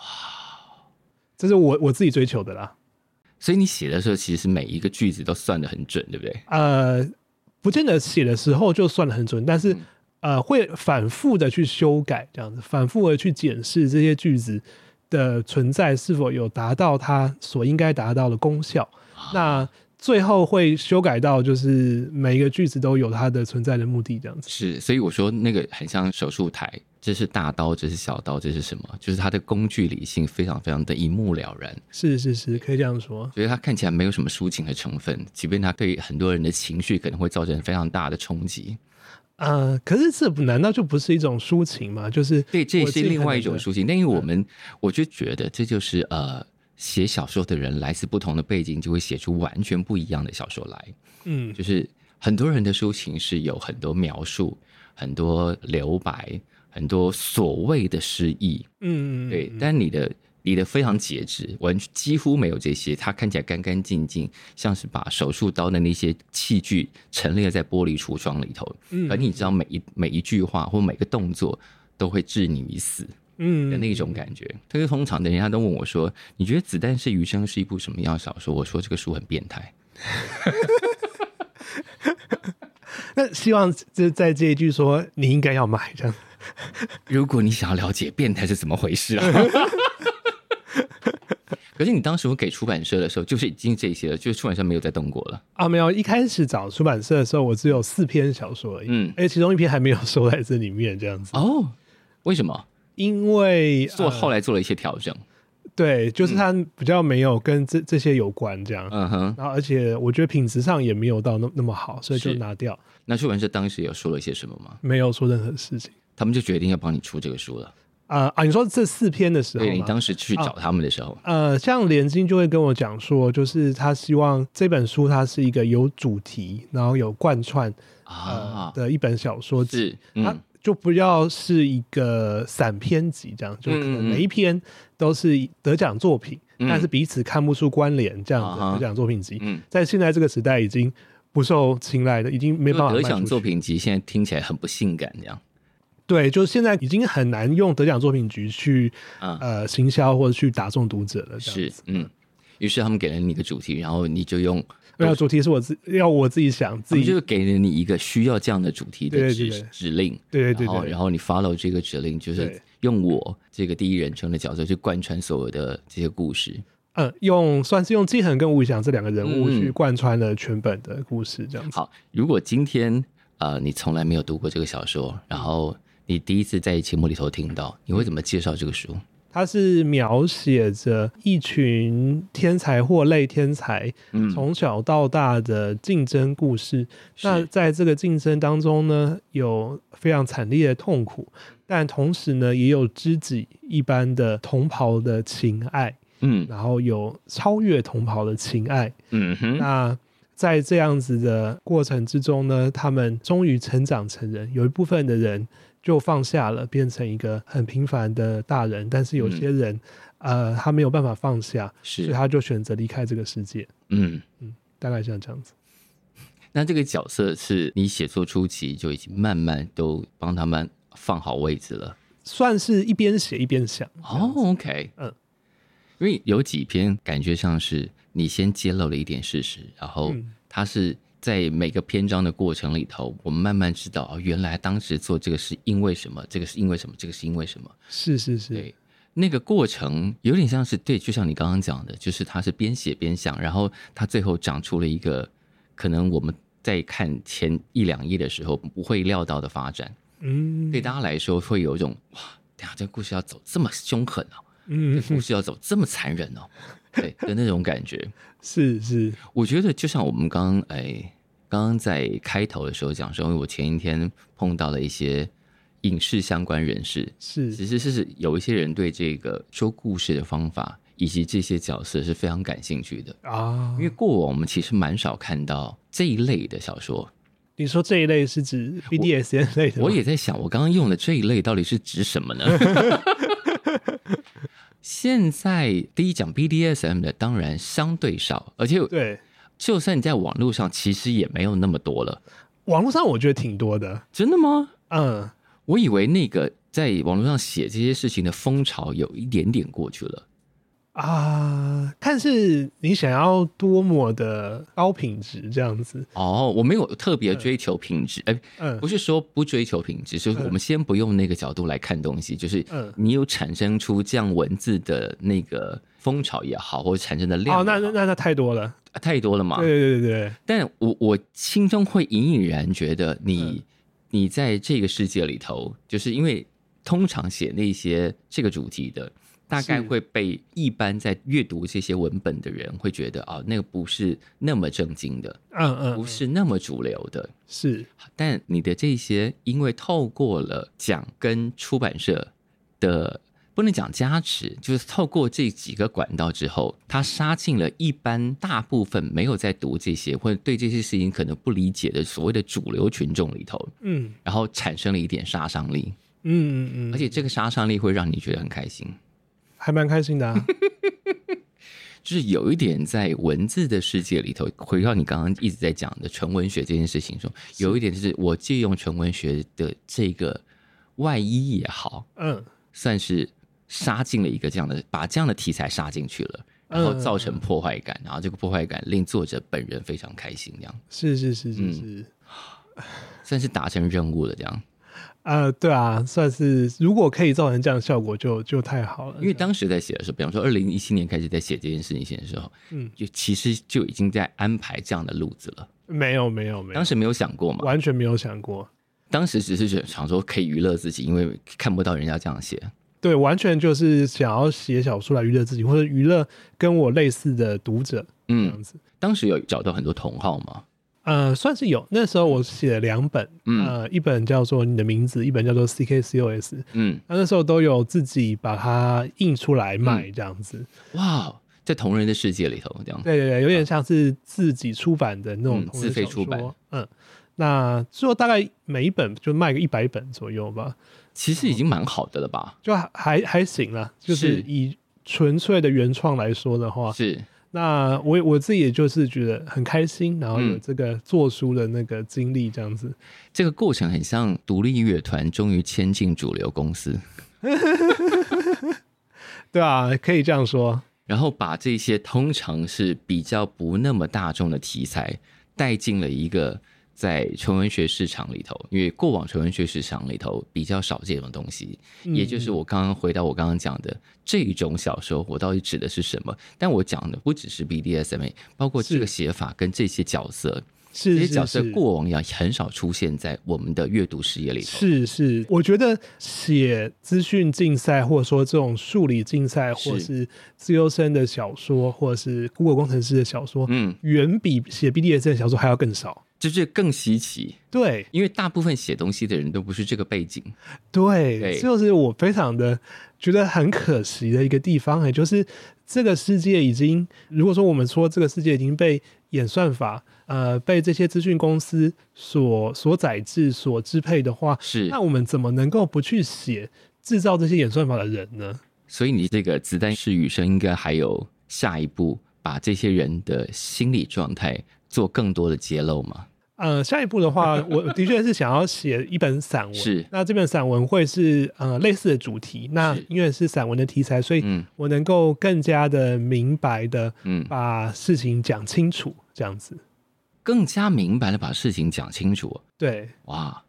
Speaker 2: 这是我我自己追求的啦。
Speaker 1: 所以你写的时候，其实每一个句子都算的很准，对不对？
Speaker 2: 呃，不见得写的时候就算的很准，但是、
Speaker 1: 嗯
Speaker 2: 呃，会反复的去修改，这样子，反复的去检视这些句子的存在是否有达到它所应该达到的功效。
Speaker 1: 啊
Speaker 2: 那最后会修改到，就是每一个句子都有它的存在的目的，这样子。
Speaker 1: 是，所以我说那个很像手术台，这是大刀，这是小刀，这是什么？就是他的工具理性非常非常的一目了然，
Speaker 2: 是是是，可以这样说。
Speaker 1: 所以他看起来没有什么抒情的成分，即便他对很多人的情绪可能会造成非常大的冲击。
Speaker 2: 呃，可是这不难道就不是一种抒情吗？就是
Speaker 1: 对，这也
Speaker 2: 我自
Speaker 1: 是
Speaker 2: 己
Speaker 1: 另
Speaker 2: 可
Speaker 1: 外
Speaker 2: 能
Speaker 1: 一种
Speaker 2: 的
Speaker 1: 抒情。但因
Speaker 2: 嗯
Speaker 1: 为我们，我就觉得这就是呃，写小说的人来自不同的背景，就会写出完全不一样的小说来。
Speaker 2: 嗯
Speaker 1: 就是很多人的抒情是有很多描述、很多留白、很多所谓的诗意，
Speaker 2: 嗯，嗯
Speaker 1: 对。
Speaker 2: 嗯
Speaker 1: 但你的你的非常节制，完几乎没有这些，它看起来干干净净，像是把手术刀的那些器具陈列在玻璃橱窗里头。
Speaker 2: 嗯
Speaker 1: 而你知道每一每一句话或每个动作都会置你于死
Speaker 2: 嗯
Speaker 1: 的那种感觉。所以通常人家都问我说：“你觉得《子弹是余生》是一部什么样的小说？”我说：“这个书很变态。”
Speaker 2: 那希望这在这一句说你应该要买这样。
Speaker 1: 如果你想要了解变态是怎么回事 啊， 可是你当时我给出版社的时候，就是已经这些了，就是出版社没有再动过了。
Speaker 2: 啊，没有，一开始找出版社的时候，我只有四篇小说而已，哎
Speaker 1: 嗯
Speaker 2: 而且其中一篇还没有收在这里面这样子，
Speaker 1: 哦，为什么？
Speaker 2: 呃因为
Speaker 1: 做
Speaker 2: 呃
Speaker 1: 后来做了一些调整。
Speaker 2: 对，就是它比较没有跟这这些有关这样。
Speaker 1: 嗯哼，
Speaker 2: 然后，而且我觉得品质上也没有到那那么好，所以就是拿掉，
Speaker 1: 那出版社当时有说了一些什么吗？
Speaker 2: 没有说任何事情。
Speaker 1: 他们就决定要帮你出这个书了。
Speaker 2: 啊、啊，你说这四篇的时候
Speaker 1: 对你
Speaker 2: 吗？
Speaker 1: 当时去找他们的时候，
Speaker 2: 呃，像连金就会跟我讲说，就是他希望这本书它是一个有主题，然后有贯串呃
Speaker 1: 啊，
Speaker 2: 的一本小说集，
Speaker 1: 是，
Speaker 2: 它
Speaker 1: 嗯，
Speaker 2: 就不要是一个散篇集这样，就可能
Speaker 1: 嗯嗯嗯
Speaker 2: 每一篇都是得奖作品，
Speaker 1: 嗯
Speaker 2: 但是彼此看不出关联这样
Speaker 1: 啊
Speaker 2: 的
Speaker 1: 哈
Speaker 2: 得奖作品集，
Speaker 1: 嗯，
Speaker 2: 在现在这个时代已经不受青睐的，已经没
Speaker 1: 因为
Speaker 2: 办法
Speaker 1: 得
Speaker 2: 卖
Speaker 1: 奖
Speaker 2: 出去
Speaker 1: 作品集现在听起来很不性感，这样，
Speaker 2: 对，就是现在已经很难用得奖作品集去
Speaker 1: 嗯，
Speaker 2: 呃行销或者去打中读者了，这样
Speaker 1: 是
Speaker 2: 子，
Speaker 1: 嗯。于是他们给了你一个主题，然后你就用
Speaker 2: 没有主题是我自要我自己想自
Speaker 1: 自己哦就
Speaker 2: 己
Speaker 1: 是给了你一个需要这样的主题
Speaker 2: 对
Speaker 1: 的
Speaker 2: 对
Speaker 1: 指
Speaker 2: 对
Speaker 1: 指令，
Speaker 2: 对对对
Speaker 1: 然后
Speaker 2: 对
Speaker 1: 然后你 follow 这个指令，就是
Speaker 2: 对
Speaker 1: 用我这个第一人称的角色去贯穿所有的这些故事。
Speaker 2: 嗯用算是用季恒跟吴宇翔这两个人物
Speaker 1: 嗯嗯
Speaker 2: 去贯穿了全本的故事这样子。
Speaker 1: 好，如果今天呃你从来没有读过这个小说，然后你第一次在节目里头听到，你会怎么介绍这个书？
Speaker 2: 它是描写着一群天才或类天才
Speaker 1: 嗯
Speaker 2: 从小到大的竞争故事。
Speaker 1: 是
Speaker 2: 那在这个竞争当中呢，有非常惨烈的痛苦，但同时呢，也有知己一般的同袍的情爱，
Speaker 1: 嗯
Speaker 2: 然后有超越同袍的情爱。
Speaker 1: 嗯哼，
Speaker 2: 那在这样子的过程之中呢，他们终于成长成人，有一部分的人就放下了，变成一个很平凡的大人。但是有些人，呃，他没有办法放下，所
Speaker 1: 嗯
Speaker 2: 以
Speaker 1: 是
Speaker 2: 他就选择离开这个世界。
Speaker 1: 嗯。
Speaker 2: 大概像这样子。
Speaker 1: 那这个角色是你写作初期就已经慢慢都帮他们放好位置了。
Speaker 2: 算是一边写一边想
Speaker 1: 哦，OK，
Speaker 2: 嗯，
Speaker 1: 因为有几篇感觉像是你先揭露了一点事实，然后
Speaker 2: 嗯
Speaker 1: 它是在每个篇章的过程里头，我们慢慢知道哦，原来当时做这个是因为什么，这个是因为什么，这个是因为什么，
Speaker 2: 是是是，
Speaker 1: 对。那个过程有点像是对，就像你刚刚讲的，就是他是边写边想，然后他最后长出了一个可能我们在看前一两页的时候不会料到的发展，
Speaker 2: 嗯，
Speaker 1: 对大家来说会有一种哇，等一下这个故事要走这么凶狠啊，
Speaker 2: 嗯，
Speaker 1: 故事要走这么残忍哦，对的那种感觉。
Speaker 2: 是是，
Speaker 1: 我觉得就像我们刚刚哎，刚刚在开头的时候讲说，因为我前一天碰到了一些影视相关人士，
Speaker 2: 是
Speaker 1: 其实是有一些人对这个说故事的方法以及这些角色是非常感兴趣的，
Speaker 2: 啊
Speaker 1: 因。为过往我们其实蛮少看到这一类的小说。
Speaker 2: 你说这一类是指 BDSM 类的吗，
Speaker 1: 我也在想，我刚刚用的这一类到底是指什么呢？现在第一讲 BDSM 的当然相对少，而且
Speaker 2: 对
Speaker 1: 就算你在网络上，其实也没有那么多了。
Speaker 2: 网络上我觉得挺多的。
Speaker 1: 真的吗？
Speaker 2: 嗯，
Speaker 1: 我以为那个在网络上写这些事情的风潮有一点点过去了。
Speaker 2: 啊，看是你想要多么的高品质这样子，
Speaker 1: 哦，我没有特别追求品质，哎、
Speaker 2: 嗯
Speaker 1: 不是说不追求品质，就是我们先不用那个角度来看东西，就是
Speaker 2: 嗯
Speaker 1: 你有产生出这样文字的那个风潮也好，或者产生的量也好
Speaker 2: 哦，那那那那太多了，
Speaker 1: 啊太多了嘛。
Speaker 2: 对对对对，
Speaker 1: 但我我心
Speaker 2: 嗯
Speaker 1: 中会隐隐然觉得你、你在这个世界里头，就是因为通常写那些这个主题的，大概
Speaker 2: 是
Speaker 1: 会被一般在阅读这些文本的人会觉得啊、那个不是那么正经的，
Speaker 2: 嗯嗯，
Speaker 1: 不是那么主流的。
Speaker 2: 是
Speaker 1: 但你的这些，因为透过了奖跟出版社的不能讲加持，就是透过这几个管道之后，它杀进了一般大部分没有在读这些或者对这些事情可能不理解的所谓的主流群众里头，
Speaker 2: 嗯
Speaker 1: 然后产生了一点杀伤力，
Speaker 2: 嗯嗯嗯，
Speaker 1: 而且这个杀伤力会让你觉得很开心。
Speaker 2: 还蛮开心 的、啊。
Speaker 1: 就是有一点在文字的世界里头，回到你刚刚一直在讲的纯文学这件事情中，有一点就是我借用纯文学的这个外衣也好，
Speaker 2: 嗯，
Speaker 1: 算是杀进了一个这样的，把这样的题材杀进去了，
Speaker 2: 嗯
Speaker 1: 然后造成破坏感，然后这个破坏感令作者本人非常开心，这样
Speaker 2: 是是是
Speaker 1: 嗯
Speaker 2: 是是，
Speaker 1: 算是达成任务了，这样。
Speaker 2: 呃，对啊，算是如果可以造成这样的效果就，就太好了。
Speaker 1: 因为当时在写的时候，比方说二零一七年开始在写这件事情的时候，
Speaker 2: 嗯
Speaker 1: 就其实就已经在安排这样的路子了，
Speaker 2: 没有没有没有，
Speaker 1: 当时没有想过嘛，
Speaker 2: 完全没有想过，
Speaker 1: 当时只是想想说可以娱乐自己，因为看不到人家这样写。
Speaker 2: 对，完全就是想要写小说来娱乐自己，或者娱乐跟我类似的读者这
Speaker 1: 嗯，
Speaker 2: 样子。
Speaker 1: 当时有找到很多同好嘛，
Speaker 2: 呃，算是有。那时候我写了两本，
Speaker 1: 嗯
Speaker 2: 呃，一本叫做《你的名字》，一本叫做《CKCOS》。
Speaker 1: 嗯，
Speaker 2: 那那时候都有自己把它印出来卖，
Speaker 1: 嗯
Speaker 2: 这样子。
Speaker 1: 哇，在同人的世界里头这样，
Speaker 2: 对对对，有点像是自己出版的那种
Speaker 1: 嗯
Speaker 2: 同
Speaker 1: 自
Speaker 2: 人
Speaker 1: 费
Speaker 2: 小
Speaker 1: 出版
Speaker 2: 说。嗯，那最后大概每一本就卖个一百本左右吧，
Speaker 1: 其实已经蛮好的了吧？
Speaker 2: 就还还还行啦。就是
Speaker 1: 是
Speaker 2: 以纯粹的原创来说的话，
Speaker 1: 是，
Speaker 2: 那我也我自己也就是觉得很开心，然后有
Speaker 1: 嗯
Speaker 2: 这个做书的那个经历这样子。
Speaker 1: 这个过程很像独立乐团终于签进主流公司，
Speaker 2: 对啊，可以这样说。
Speaker 1: 然后把这些通常是比较不那么大众的题材带进了一个在纯文学市场里头，因为过往纯文学市场里头比较少这种东西，
Speaker 2: 嗯
Speaker 1: 也就是我刚刚回到我刚刚讲的这种小说，我到底指的是什么？但我讲的不只是 BDSM，a 包括这个
Speaker 2: 是
Speaker 1: 写法跟这些角色，
Speaker 2: 是
Speaker 1: 这
Speaker 2: 是
Speaker 1: 些角色
Speaker 2: 是
Speaker 1: 过往也很少出现在我们的阅读视野里头。
Speaker 2: 是是，我觉得写资讯竞赛，或者说这种数理竞赛，
Speaker 1: 是
Speaker 2: 或是自由生的小说，或者是 Google 工程师的小说，
Speaker 1: 嗯，
Speaker 2: 远比写 BDSM 的小说还要更少。
Speaker 1: 就是更稀奇，
Speaker 2: 对
Speaker 1: 因为大部分写东西的人都不是这个背景。
Speaker 2: 对，
Speaker 1: 对
Speaker 2: 这就是我非常的觉得很可惜的一个地方、哎，就是这个世界已经，如果说我们说这个世界已经被演算法，呃，被这些资讯公司所所载制、所支配的话，
Speaker 1: 是，
Speaker 2: 那我们怎么能够不去写制造这些演算法的人呢？
Speaker 1: 所以你这个子弹是雨声，应该还有下一步，把这些人的心理状态做更多的揭露嘛？
Speaker 2: 呃，下一步的话，我的确是想要写一本散文。
Speaker 1: 是
Speaker 2: 那这本散文会是呃类似的主题。那
Speaker 1: 是
Speaker 2: 因为是散文的题材，所以
Speaker 1: 嗯
Speaker 2: 我能够更加的明白的
Speaker 1: 嗯，
Speaker 2: 把事情讲清楚，这样子。
Speaker 1: 更加明白的把事情讲清楚。
Speaker 2: 对，
Speaker 1: 哇，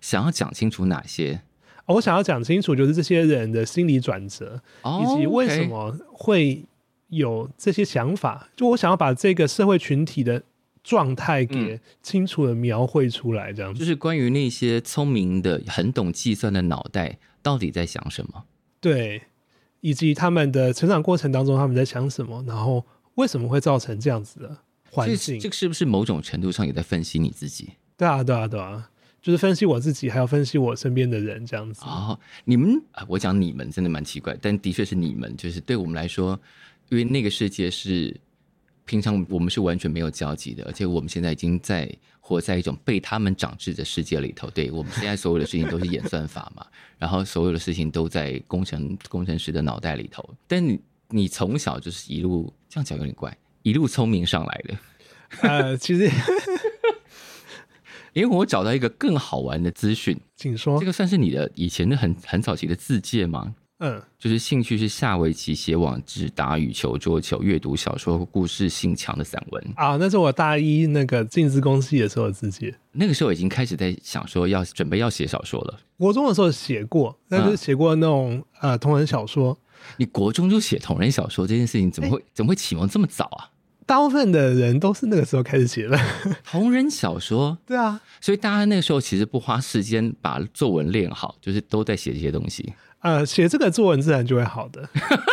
Speaker 1: 想要讲清楚哪些？
Speaker 2: 哦我想要讲清楚就是这些人的心理转折，
Speaker 1: 哦
Speaker 2: 以及为什
Speaker 1: OK
Speaker 2: 么会有这些想法。就我想要把这个社会群体的状态
Speaker 1: 嗯
Speaker 2: 给清楚的描绘出来，这样子。
Speaker 1: 就是关于那些聪明的、很懂计算的脑袋到底在想什么？
Speaker 2: 对，以及他们的成长过程当中他们在想什么，然后为什么会造成这样子的环
Speaker 1: 这
Speaker 2: 境
Speaker 1: 这？个是不是某种程度上也在分析你自己？
Speaker 2: 对啊，对啊，对啊，就是分析我自己，还有分析我身边的人这样子。
Speaker 1: 哦，你们啊，我讲你们真的蛮奇怪，但的确是你们，就是对我们来说，因为那个世界是平常我们是完全没有交集的，而且我们现在已经在活在一种被他们掌制的世界里头。对我们现在所有的事情都是演算法嘛，然后所有的事情都在工程工程师的脑袋里头。但你你从小就是一路这样讲有点怪，一路聪明上来的。
Speaker 2: 呃，其 实，
Speaker 1: 因为我找到一个更好玩的资讯，
Speaker 2: 请说
Speaker 1: 这，个算是你的以前的很很早期的自介吗？
Speaker 2: 嗯，
Speaker 1: 就是兴趣是下围棋、写网志、打羽球、桌球、阅读小说、故事性强的散文。
Speaker 2: 啊，那是我大一那个进资公系的时候的自己。
Speaker 1: 那个时候已经开始在想说要准备要写小说了。
Speaker 2: 国中的时候写过，但是
Speaker 1: 嗯
Speaker 2: 写过那种、呃同人小说，
Speaker 1: 你国中就写同人小说这件事情，怎么会、怎么会启蒙这么早啊？
Speaker 2: 大部分的人都是那个时候开始写的。
Speaker 1: 同人小说，
Speaker 2: 对啊，
Speaker 1: 所以大家那个时候其实不花时间把作文练好，就是都在写这些东西。
Speaker 2: 呃，写这个作文自然就会好的。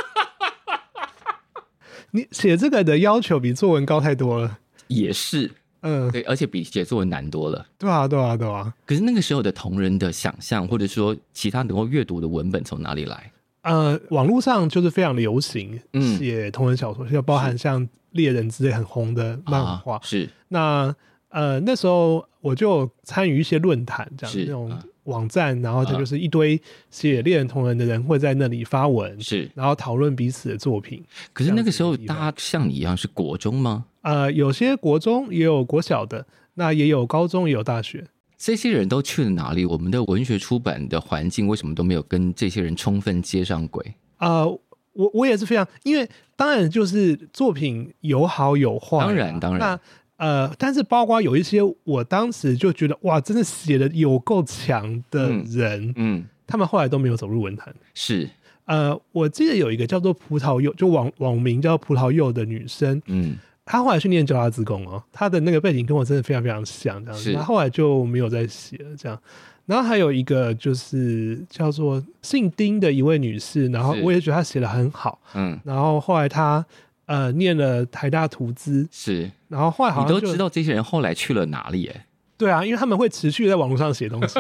Speaker 2: 你写这个的要求比作文高太多了。
Speaker 1: 也是
Speaker 2: 嗯，
Speaker 1: 对，而且比写作文难多了。
Speaker 2: 对啊，对啊，对啊。
Speaker 1: 可是那个时候的同人的想象，或者说其他能够阅读的文本从哪里来？
Speaker 2: 呃，网络上就是非常流行
Speaker 1: 嗯
Speaker 2: 写同人小说，就包含像《猎人》之类很红的漫画。
Speaker 1: 啊、是
Speaker 2: 那呃，那时候我就参与一些论坛，这样
Speaker 1: 是
Speaker 2: 那种
Speaker 1: 啊
Speaker 2: 网站，然后它就是一堆写猎人同人的人会在那里发文，
Speaker 1: 是。
Speaker 2: 然后讨论彼此的作品。
Speaker 1: 可是那
Speaker 2: 这样子
Speaker 1: 个时候，
Speaker 2: 的地方
Speaker 1: 大家像你一样是国中吗？
Speaker 2: 呃，有些国中也有国小的，那也有高中，也有大学。
Speaker 1: 这些人都去了哪里？我们的文学出版的环境为什么都没有跟这些人充分接上轨？
Speaker 2: 呃，我我也是非常，因为当然就是作品有好有坏啊，
Speaker 1: 当然当然
Speaker 2: 那呃，但是包括有一些，我当时就觉得哇，真的写的有够强的
Speaker 1: 嗯
Speaker 2: 人，
Speaker 1: 嗯，
Speaker 2: 他们后来都没有走入文坛。
Speaker 1: 是，
Speaker 2: 呃，我记得有一个叫做葡萄柚，就网网名叫葡萄柚的女生，
Speaker 1: 嗯，
Speaker 2: 她后来去念交大职工哦，她的那个背景跟我真的非常非常像，这样子
Speaker 1: 是。
Speaker 2: 她后来就没有再写了，这样。然后还有一个就是叫做姓丁的一位女士，然后
Speaker 1: 是
Speaker 2: 我也觉得她写的很好，
Speaker 1: 嗯，
Speaker 2: 然后后来她呃念了台大图资，
Speaker 1: 是。
Speaker 2: 然后后来好
Speaker 1: 你
Speaker 2: 像
Speaker 1: 都
Speaker 2: 就
Speaker 1: 知道这些人后来去了哪里？哎，
Speaker 2: 对啊，因为他们会持续在网络上写东 西。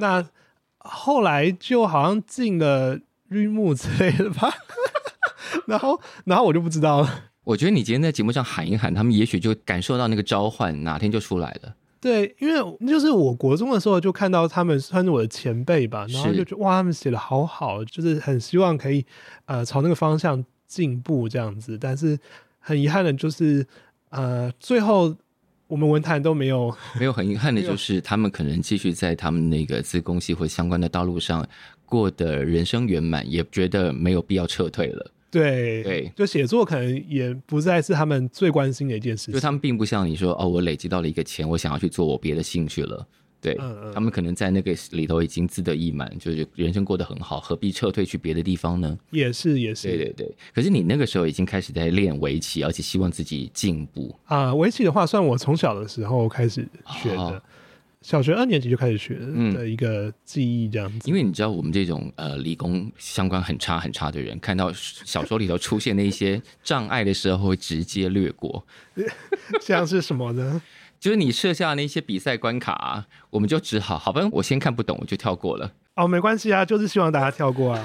Speaker 2: 那后来就好像进了绿幕之类的吧， 然后然后我就不知道了。
Speaker 1: 我觉得你今天在节目上喊一喊，他们也许就感受到那个召唤，哪天就出来了。
Speaker 2: 对，因为就是我国中的时候就看到他们算是我的前辈吧，然后
Speaker 1: 是
Speaker 2: 就觉得哇，他们写的好好，就是很希望可以呃朝那个方向进步这样子。但是很遗憾的就是，呃，最后我们文坛都没有
Speaker 1: 没有很遗憾的就是，他们可能继续在他们那个自贡系或相关的道路上过的人生圆满，也觉得没有必要撤退了。
Speaker 2: 对
Speaker 1: 对
Speaker 2: 就写作可能也不再是他们最关心的一件事
Speaker 1: 就
Speaker 2: 情。
Speaker 1: 他们并不像你说哦，我累积到了一个钱，我想要去做我别的兴趣了。对、
Speaker 2: 嗯嗯
Speaker 1: 他们可能在那个里头已经自得意满，就是人生过得很好，何必撤退去别的地方呢？
Speaker 2: 也是也是，
Speaker 1: 对对对。可是你那个时候已经开始在练围棋，而且希望自己进步。
Speaker 2: 啊，围棋的话，算我从小的时候开始学的，
Speaker 1: 哦
Speaker 2: 小学二年级就开始学
Speaker 1: 嗯
Speaker 2: 的一个技艺 这样子。
Speaker 1: 因为你知道，我们这种呃理工相关很差很差的人，看到小说里头出现的一些障碍的时候，会直接略过。
Speaker 2: 像是什么呢？
Speaker 1: 就是你设下那些比赛关卡啊、我们就只好好吧，我先看不懂，我就跳过了。
Speaker 2: 哦，没关系啊，就是希望大家 跳过啊。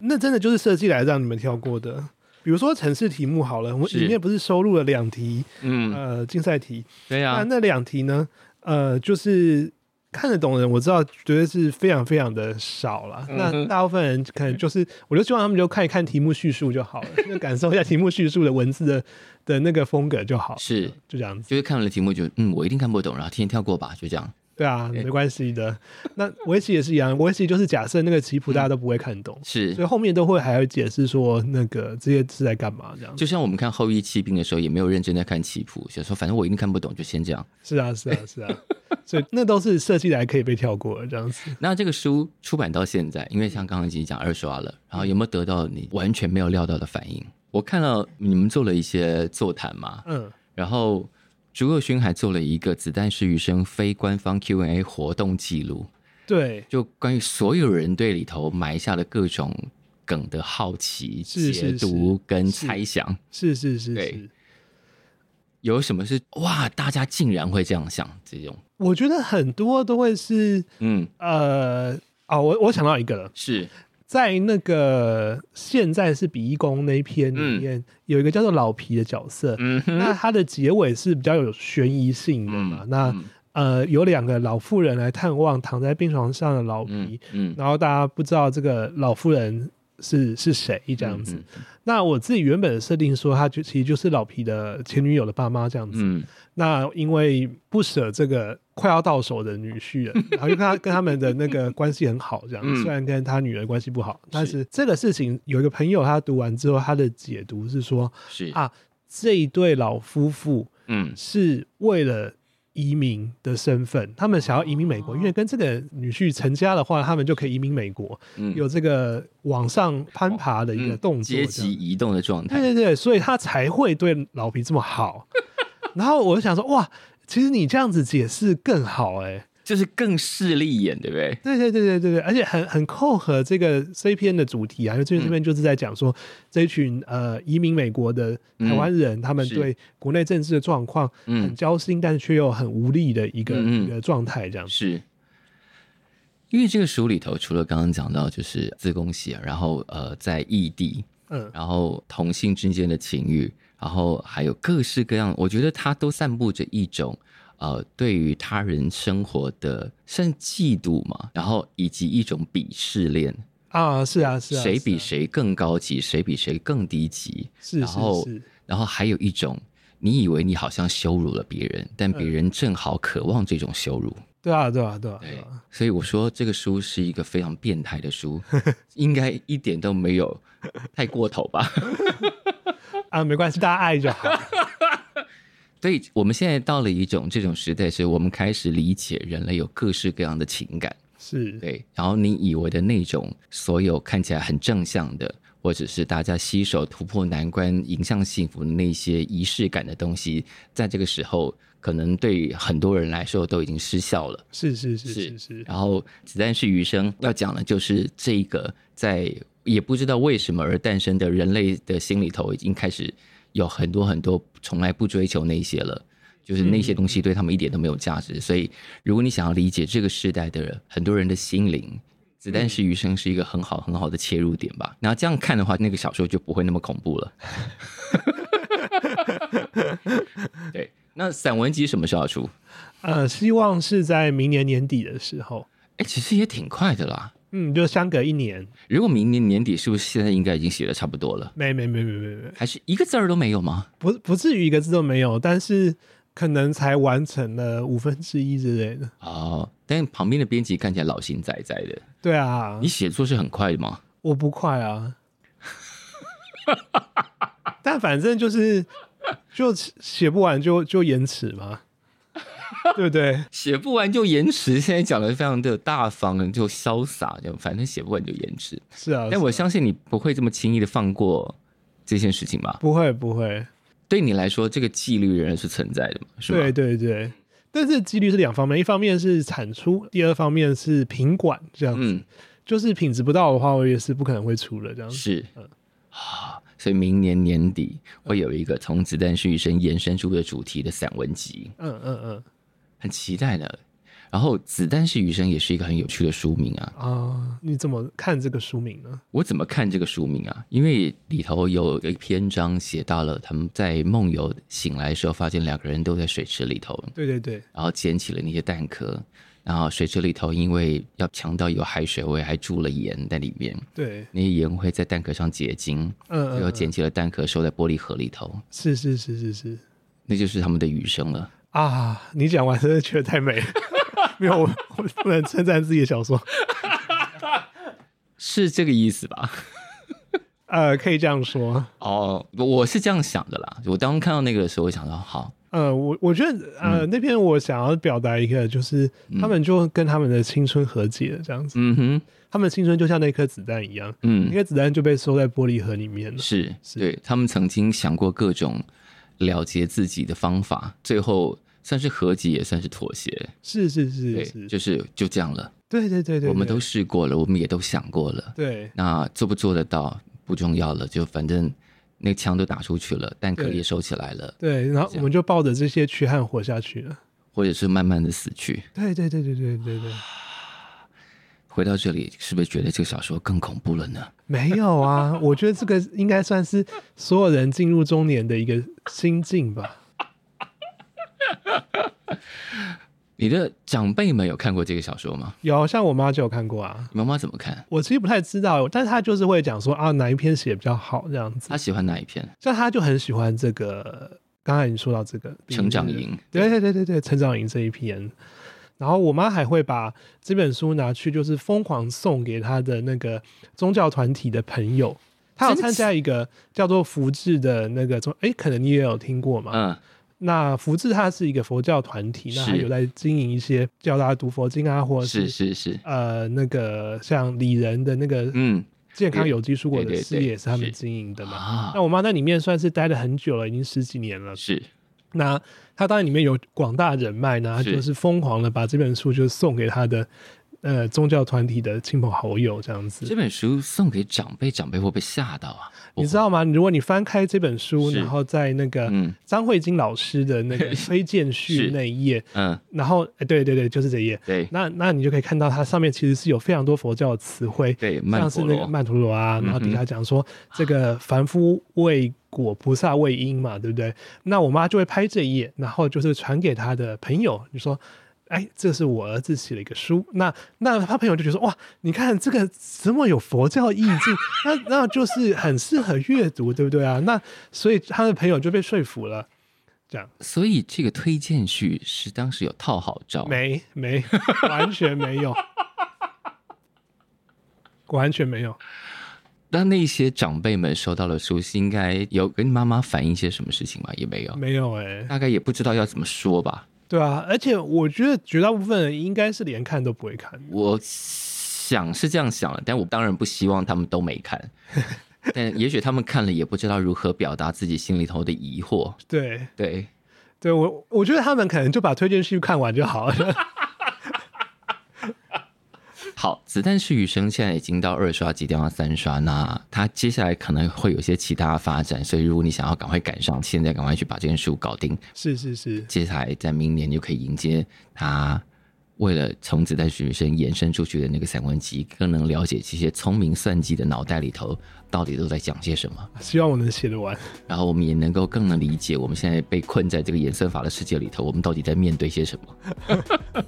Speaker 2: 那真的就是设计来让你们跳过的。比如说城市题目好了，我们
Speaker 1: 是
Speaker 2: 里面不是收录了两题
Speaker 1: 嗯，
Speaker 2: 呃竞赛题，
Speaker 1: 对
Speaker 2: 那
Speaker 1: 啊，
Speaker 2: 那两题呢？呃，就是看得懂的人，我知道绝对是非常非常的少了。
Speaker 1: 嗯
Speaker 2: 那
Speaker 1: 哼
Speaker 2: 大部分人可能就是，我就希望他们就看一看题目叙述就好了，就感受一下题目叙述的文字的的那个风格就好，
Speaker 1: 是。
Speaker 2: 就这样子。
Speaker 1: 就是看了题目就嗯，我一定看不懂，然后天天跳过吧，就这样。
Speaker 2: 对啊，没关系的。那围棋也是一样，围棋就是假设那个棋谱大家都不会看懂，所
Speaker 1: 嗯是，
Speaker 2: 以后面都会还要解释说那个这些是在干嘛这样。
Speaker 1: 就像我们看《后羿弃兵》的时候，也没有认真在看棋谱，想说反正我一定看不懂，就先这样。
Speaker 2: 是啊，是啊，是啊。所以那都是设计来可以被跳过的这样子。
Speaker 1: 那这个书出版到现在，因为像刚刚已经讲二刷了，然后有没有得到你完全没有料到的反应？我看到你们做了一些座谈嘛，
Speaker 2: 嗯，
Speaker 1: 然后朱若勋还做了一个“子弹是余生”非官方 Q&A 活动记录，
Speaker 2: 对。
Speaker 1: 就关于所有人对里头埋下的各种梗的好奇、
Speaker 2: 是是
Speaker 1: 解读跟猜想。
Speaker 2: 是是是
Speaker 1: 对
Speaker 2: 是，
Speaker 1: 有什么是哇？大家竟然会这样想，这种
Speaker 2: 我觉得很多都会是
Speaker 1: 嗯
Speaker 2: 呃啊、我我想到一个了，
Speaker 1: 是
Speaker 2: 在那个现在是比翼宫那一篇里面、有一个叫做老皮的角色，
Speaker 1: 嗯哼
Speaker 2: 那他的结尾是比较有悬疑性的嘛，
Speaker 1: 嗯
Speaker 2: 那
Speaker 1: 嗯
Speaker 2: 呃有两个老妇人来探望躺在病床上的老皮
Speaker 1: 嗯，嗯
Speaker 2: 然后大家不知道这个老妇人是是谁这
Speaker 1: 嗯
Speaker 2: 样子。那我自己原本的设定说，他就其实就是老皮的前女友的爸妈这样子。
Speaker 1: 嗯
Speaker 2: 那因为不舍这个快要到手的女婿了， 然后就跟他跟他们的那个关系很好，这样、
Speaker 1: 嗯
Speaker 2: 虽然跟他女儿关系不好，但是这个事情有一个朋友他读完之后，他的解读是说
Speaker 1: 是
Speaker 2: 啊，这一对老夫妇
Speaker 1: 嗯
Speaker 2: 是为了移民的身份，他们想要移民美
Speaker 1: 哦
Speaker 2: 国，因为跟这个女婿成家的话，他们就可以移民美国，
Speaker 1: 嗯哦
Speaker 2: 有这个往上攀爬的一个动作
Speaker 1: 阶
Speaker 2: 这样。
Speaker 1: 级移动的状态，
Speaker 2: 对对对，所以他才会对老皮这 么好。然后我就想说，哇，其实你这样子解释更好哎、
Speaker 1: 就是更势利眼，对不对？
Speaker 2: 对对对对对对，而且很很扣合这个 C 篇的主题啊，因为这这边就是在讲说、
Speaker 1: 嗯
Speaker 2: 这一群呃移民美国的台湾人，他们
Speaker 1: 嗯是
Speaker 2: 对国内政治的状况
Speaker 1: 嗯
Speaker 2: 很焦心，但是却又很无力的一个、
Speaker 1: 嗯嗯
Speaker 2: 一个状态，这样子。
Speaker 1: 是，因为这个书里头除了刚刚讲到就是自贡血，然后呃在异地，
Speaker 2: 嗯，
Speaker 1: 然后同性之间的情欲，然后还有各式各样，我觉得它都散布着一种呃对于他人生活的甚嫉妒嘛，然后以及一种鄙视链，
Speaker 2: 啊，是啊，是啊，
Speaker 1: 谁
Speaker 2: 是
Speaker 1: 比
Speaker 2: 啊
Speaker 1: 谁更高级，谁比谁更低级，
Speaker 2: 是
Speaker 1: 然后
Speaker 2: 是是
Speaker 1: 然后还有一种。你以为你好像羞辱了别人，但别人正好渴望这种羞辱。
Speaker 2: 对啊，对啊，对啊，对
Speaker 1: 对
Speaker 2: 啊，，
Speaker 1: 所以我说这个书是一个非常变态的 书，应该一点都没有太过头吧？
Speaker 2: 啊，没关系，大家爱 就好。
Speaker 1: 所以我们现在到了一种这种时代，是我们开始理解人类有各式各样的情感，
Speaker 2: 是，
Speaker 1: 对。然后你以为的那种所有看起来很正向的，或者是大家携手突破难关、迎向幸福的那些仪式感的东西，在这个时候可能对很多人来说都已经失效了。
Speaker 2: 是是是
Speaker 1: 是
Speaker 2: 是是，
Speaker 1: 然后《子弹是余生》要讲的就是这个在也不知道为什么而诞生的人类的心里头，已经开始有很多很多从来不追求那些了。就是那些东西对他们一点都没有价值，所以如果你想要理解这个时代的很多人的心灵，《子弹是余生》是一个很好很好的切入点吧。然后这样看的话，那个小说就不会那么恐怖了。 对，那散文集什么时候要出？
Speaker 2: 呃，希望是在明年年底的时候，
Speaker 1: 哎，其实也挺快的啦。
Speaker 2: 嗯，就相隔一年，
Speaker 1: 如果明年年底，是不是现在应该已经写的差不多了？
Speaker 2: 没没没没没没，
Speaker 1: 还是一个字儿都没有吗？
Speaker 2: 不不至于一个字都没有，但是可能才完成了五分之一之类的。
Speaker 1: 哦，但旁边的编辑看起来老心仔仔的。
Speaker 2: 对啊
Speaker 1: 你，写作是很快的吗？
Speaker 2: 我不快啊， 但反正就是就写不完就就延迟嘛，对不对？
Speaker 1: 写不完就延迟，现在讲的非常的大方，就潇洒，就反正写不完就延迟。
Speaker 2: 是啊，
Speaker 1: 哎但我
Speaker 2: 是啊
Speaker 1: 相信你不会这么轻易的放过这件事情吧？
Speaker 2: 不会不会，
Speaker 1: 对你来说，这个纪律仍然是存在的嘛？是吗？
Speaker 2: 对对对。但是几率是两方面，一方面是产出，第二方面是品管，这样子、
Speaker 1: 嗯，
Speaker 2: 就是品质不到的话，我也是不可能会出了这样子。
Speaker 1: 是啊，所以明年年底会有一个从《子弹是余生》延伸出的主题的散文集。
Speaker 2: 嗯嗯嗯
Speaker 1: 很期待的。然后《子弹是余生》也是一个很有趣的书名啊，
Speaker 2: 啊、你怎么看这个书名呢？
Speaker 1: 我怎么看这个书名啊？因为里头有一篇章写到了他们在梦游醒来的时候，发现两个人都在水池里头，
Speaker 2: 对对对，
Speaker 1: 然后捡起了那些蛋壳，然后水池里头因为要强调有海水味，还注了盐在里面，
Speaker 2: 对，
Speaker 1: 那些盐会在蛋壳上结晶，
Speaker 2: 嗯
Speaker 1: 最
Speaker 2: 嗯
Speaker 1: 后
Speaker 2: 嗯，
Speaker 1: 捡起了蛋壳收在玻璃盒里头，
Speaker 2: 是是是是是
Speaker 1: 那就是他们的余生了。
Speaker 2: 啊，你讲完真的觉得太美了， 没有我我不能称赞自己的小说，
Speaker 1: 是这个意思吧？
Speaker 2: 呃，可以这样说。
Speaker 1: 哦，我是这样想的啦。我当时看到那个的时候，我想到，好，
Speaker 2: 呃，我我觉得呃、那篇我想要表达一个，就是他们就跟他们的青春和解了，这样子，
Speaker 1: 嗯哼，
Speaker 2: 他们的青春就像那颗子弹一样， 那
Speaker 1: 嗯，
Speaker 2: 个子弹就被收在玻璃盒里面了。
Speaker 1: 是
Speaker 2: 是
Speaker 1: 对他们曾经想过各种了结自己的方法，最后算是和解，也算是妥协。
Speaker 2: 是是是
Speaker 1: 对，
Speaker 2: 是，
Speaker 1: 就是就这样了。
Speaker 2: 对对对对，
Speaker 1: 我们
Speaker 2: 对
Speaker 1: 都试过了，我们也都想过了，
Speaker 2: 对
Speaker 1: 那做不做得到不重要了，就反正那枪都打出去了，弹壳
Speaker 2: 对
Speaker 1: 也收起来了，
Speaker 2: 对，然后我们就抱着这些缺憾活下去了。
Speaker 1: 或者是慢慢的死去。
Speaker 2: 对对对对对对对，
Speaker 1: 回到这里，是不是觉得这个小说更恐怖了呢？
Speaker 2: 没有啊，我觉得这个应该算是所有人进入中年的一个心境吧。
Speaker 1: 你的长辈们有看过这个小说吗？
Speaker 2: 有，像我妈就有看过啊。
Speaker 1: 你妈妈怎么看？
Speaker 2: 我其实不太知道，但是她就是会讲说啊，哪一篇写比较好这样子
Speaker 1: 她。喜欢哪一篇？
Speaker 2: 像她就很喜欢这个，刚才你说到这个
Speaker 1: 成长，营。
Speaker 2: 对对对对对，成长营这一篇。然后我妈还会把这本书拿去，就是疯狂送给她的那个宗教团体的朋友。她有参加一个叫做福智的那个宗，哎，可能你也有听过嘛？
Speaker 1: 嗯，
Speaker 2: 那福智它是一个佛教团体，那它
Speaker 1: 是
Speaker 2: 有在经营一些教大家读佛经啊，或者
Speaker 1: 是
Speaker 2: 是
Speaker 1: 是是，
Speaker 2: 呃那个像李仁的那个
Speaker 1: 嗯
Speaker 2: 健康有机蔬果
Speaker 1: 对
Speaker 2: 的
Speaker 1: 对
Speaker 2: 事
Speaker 1: 对
Speaker 2: 业也是他们
Speaker 1: 是
Speaker 2: 经营的嘛。
Speaker 1: 啊
Speaker 2: 那，我妈在里面算是待了很久了，已经十几年了。
Speaker 1: 是
Speaker 2: 那她当然里面有广大人脉呢，她
Speaker 1: 是
Speaker 2: 就是疯狂的把这本书就送给她的呃宗教团体的亲朋好友这样子
Speaker 1: 这。本书送给长辈，长辈会被吓到啊？
Speaker 2: 你知道吗？如果你翻开这本书，
Speaker 1: 是
Speaker 2: 然后在那个
Speaker 1: 嗯
Speaker 2: 张慧晶老师的那个推荐序
Speaker 1: 是
Speaker 2: 那一页，
Speaker 1: 嗯，
Speaker 2: 然后、哎对对对，就是这一页。
Speaker 1: 对
Speaker 2: 那那你就可以看到它上面其实是有非常多佛教的词汇，
Speaker 1: 对，曼哦
Speaker 2: 像是
Speaker 1: 陀
Speaker 2: 那个
Speaker 1: 罗，
Speaker 2: 曼陀罗啊，然后底下讲说这个凡夫为果，菩萨为因嘛，对不对？那我妈就会拍这一页，然后就是传给她的朋友，就说。哎，这是我儿子写了一个书，那那他朋友就觉得说哇，你看这个这么有佛教意境，那那就是很适合阅读，对不对啊？那所以他的朋友就被说服了，这样
Speaker 1: 所以这个推荐序是当时有套好照，
Speaker 2: 没没完全没 有，完全没有。
Speaker 1: 那那些长辈们收到了书，是应该有跟妈妈反映一些什么事情吗？也没有，
Speaker 2: 没有哎、
Speaker 1: 大概也不知道要怎么说吧。
Speaker 2: 对啊，而且我觉得绝大部分人应该是连看都不会看。
Speaker 1: 我想是这样想了，但我当然不希望他们都没 看，但也许他们看了也不知道如何表达自己心里头的疑惑。
Speaker 2: 对，
Speaker 1: 对，
Speaker 2: 对我我觉得他们可能就把推荐序看完就好了。
Speaker 1: 好，《子弹是雨声》现在已经到二刷，即将要三刷，那它接下来可能会有一些其他的发展，所以如果你想要赶快赶上，现在赶快去把这件书搞定，
Speaker 2: 是是是，
Speaker 1: 接下来在明年就可以迎接它。为了从子弹是雨声延伸出去的那个散文集，更能了解这些聪明算计的脑袋里头到底都在讲些什么。
Speaker 2: 希望我能写得完。
Speaker 1: 然后我们也能够更能理解我们现在被困在这个演算法的世界里头，我们到底在面对些 什么。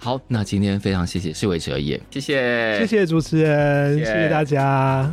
Speaker 1: 好，那今天非常谢谢世伟哲也，谢谢
Speaker 2: 谢谢主持人，
Speaker 1: 哎谢谢
Speaker 2: 谢谢大家。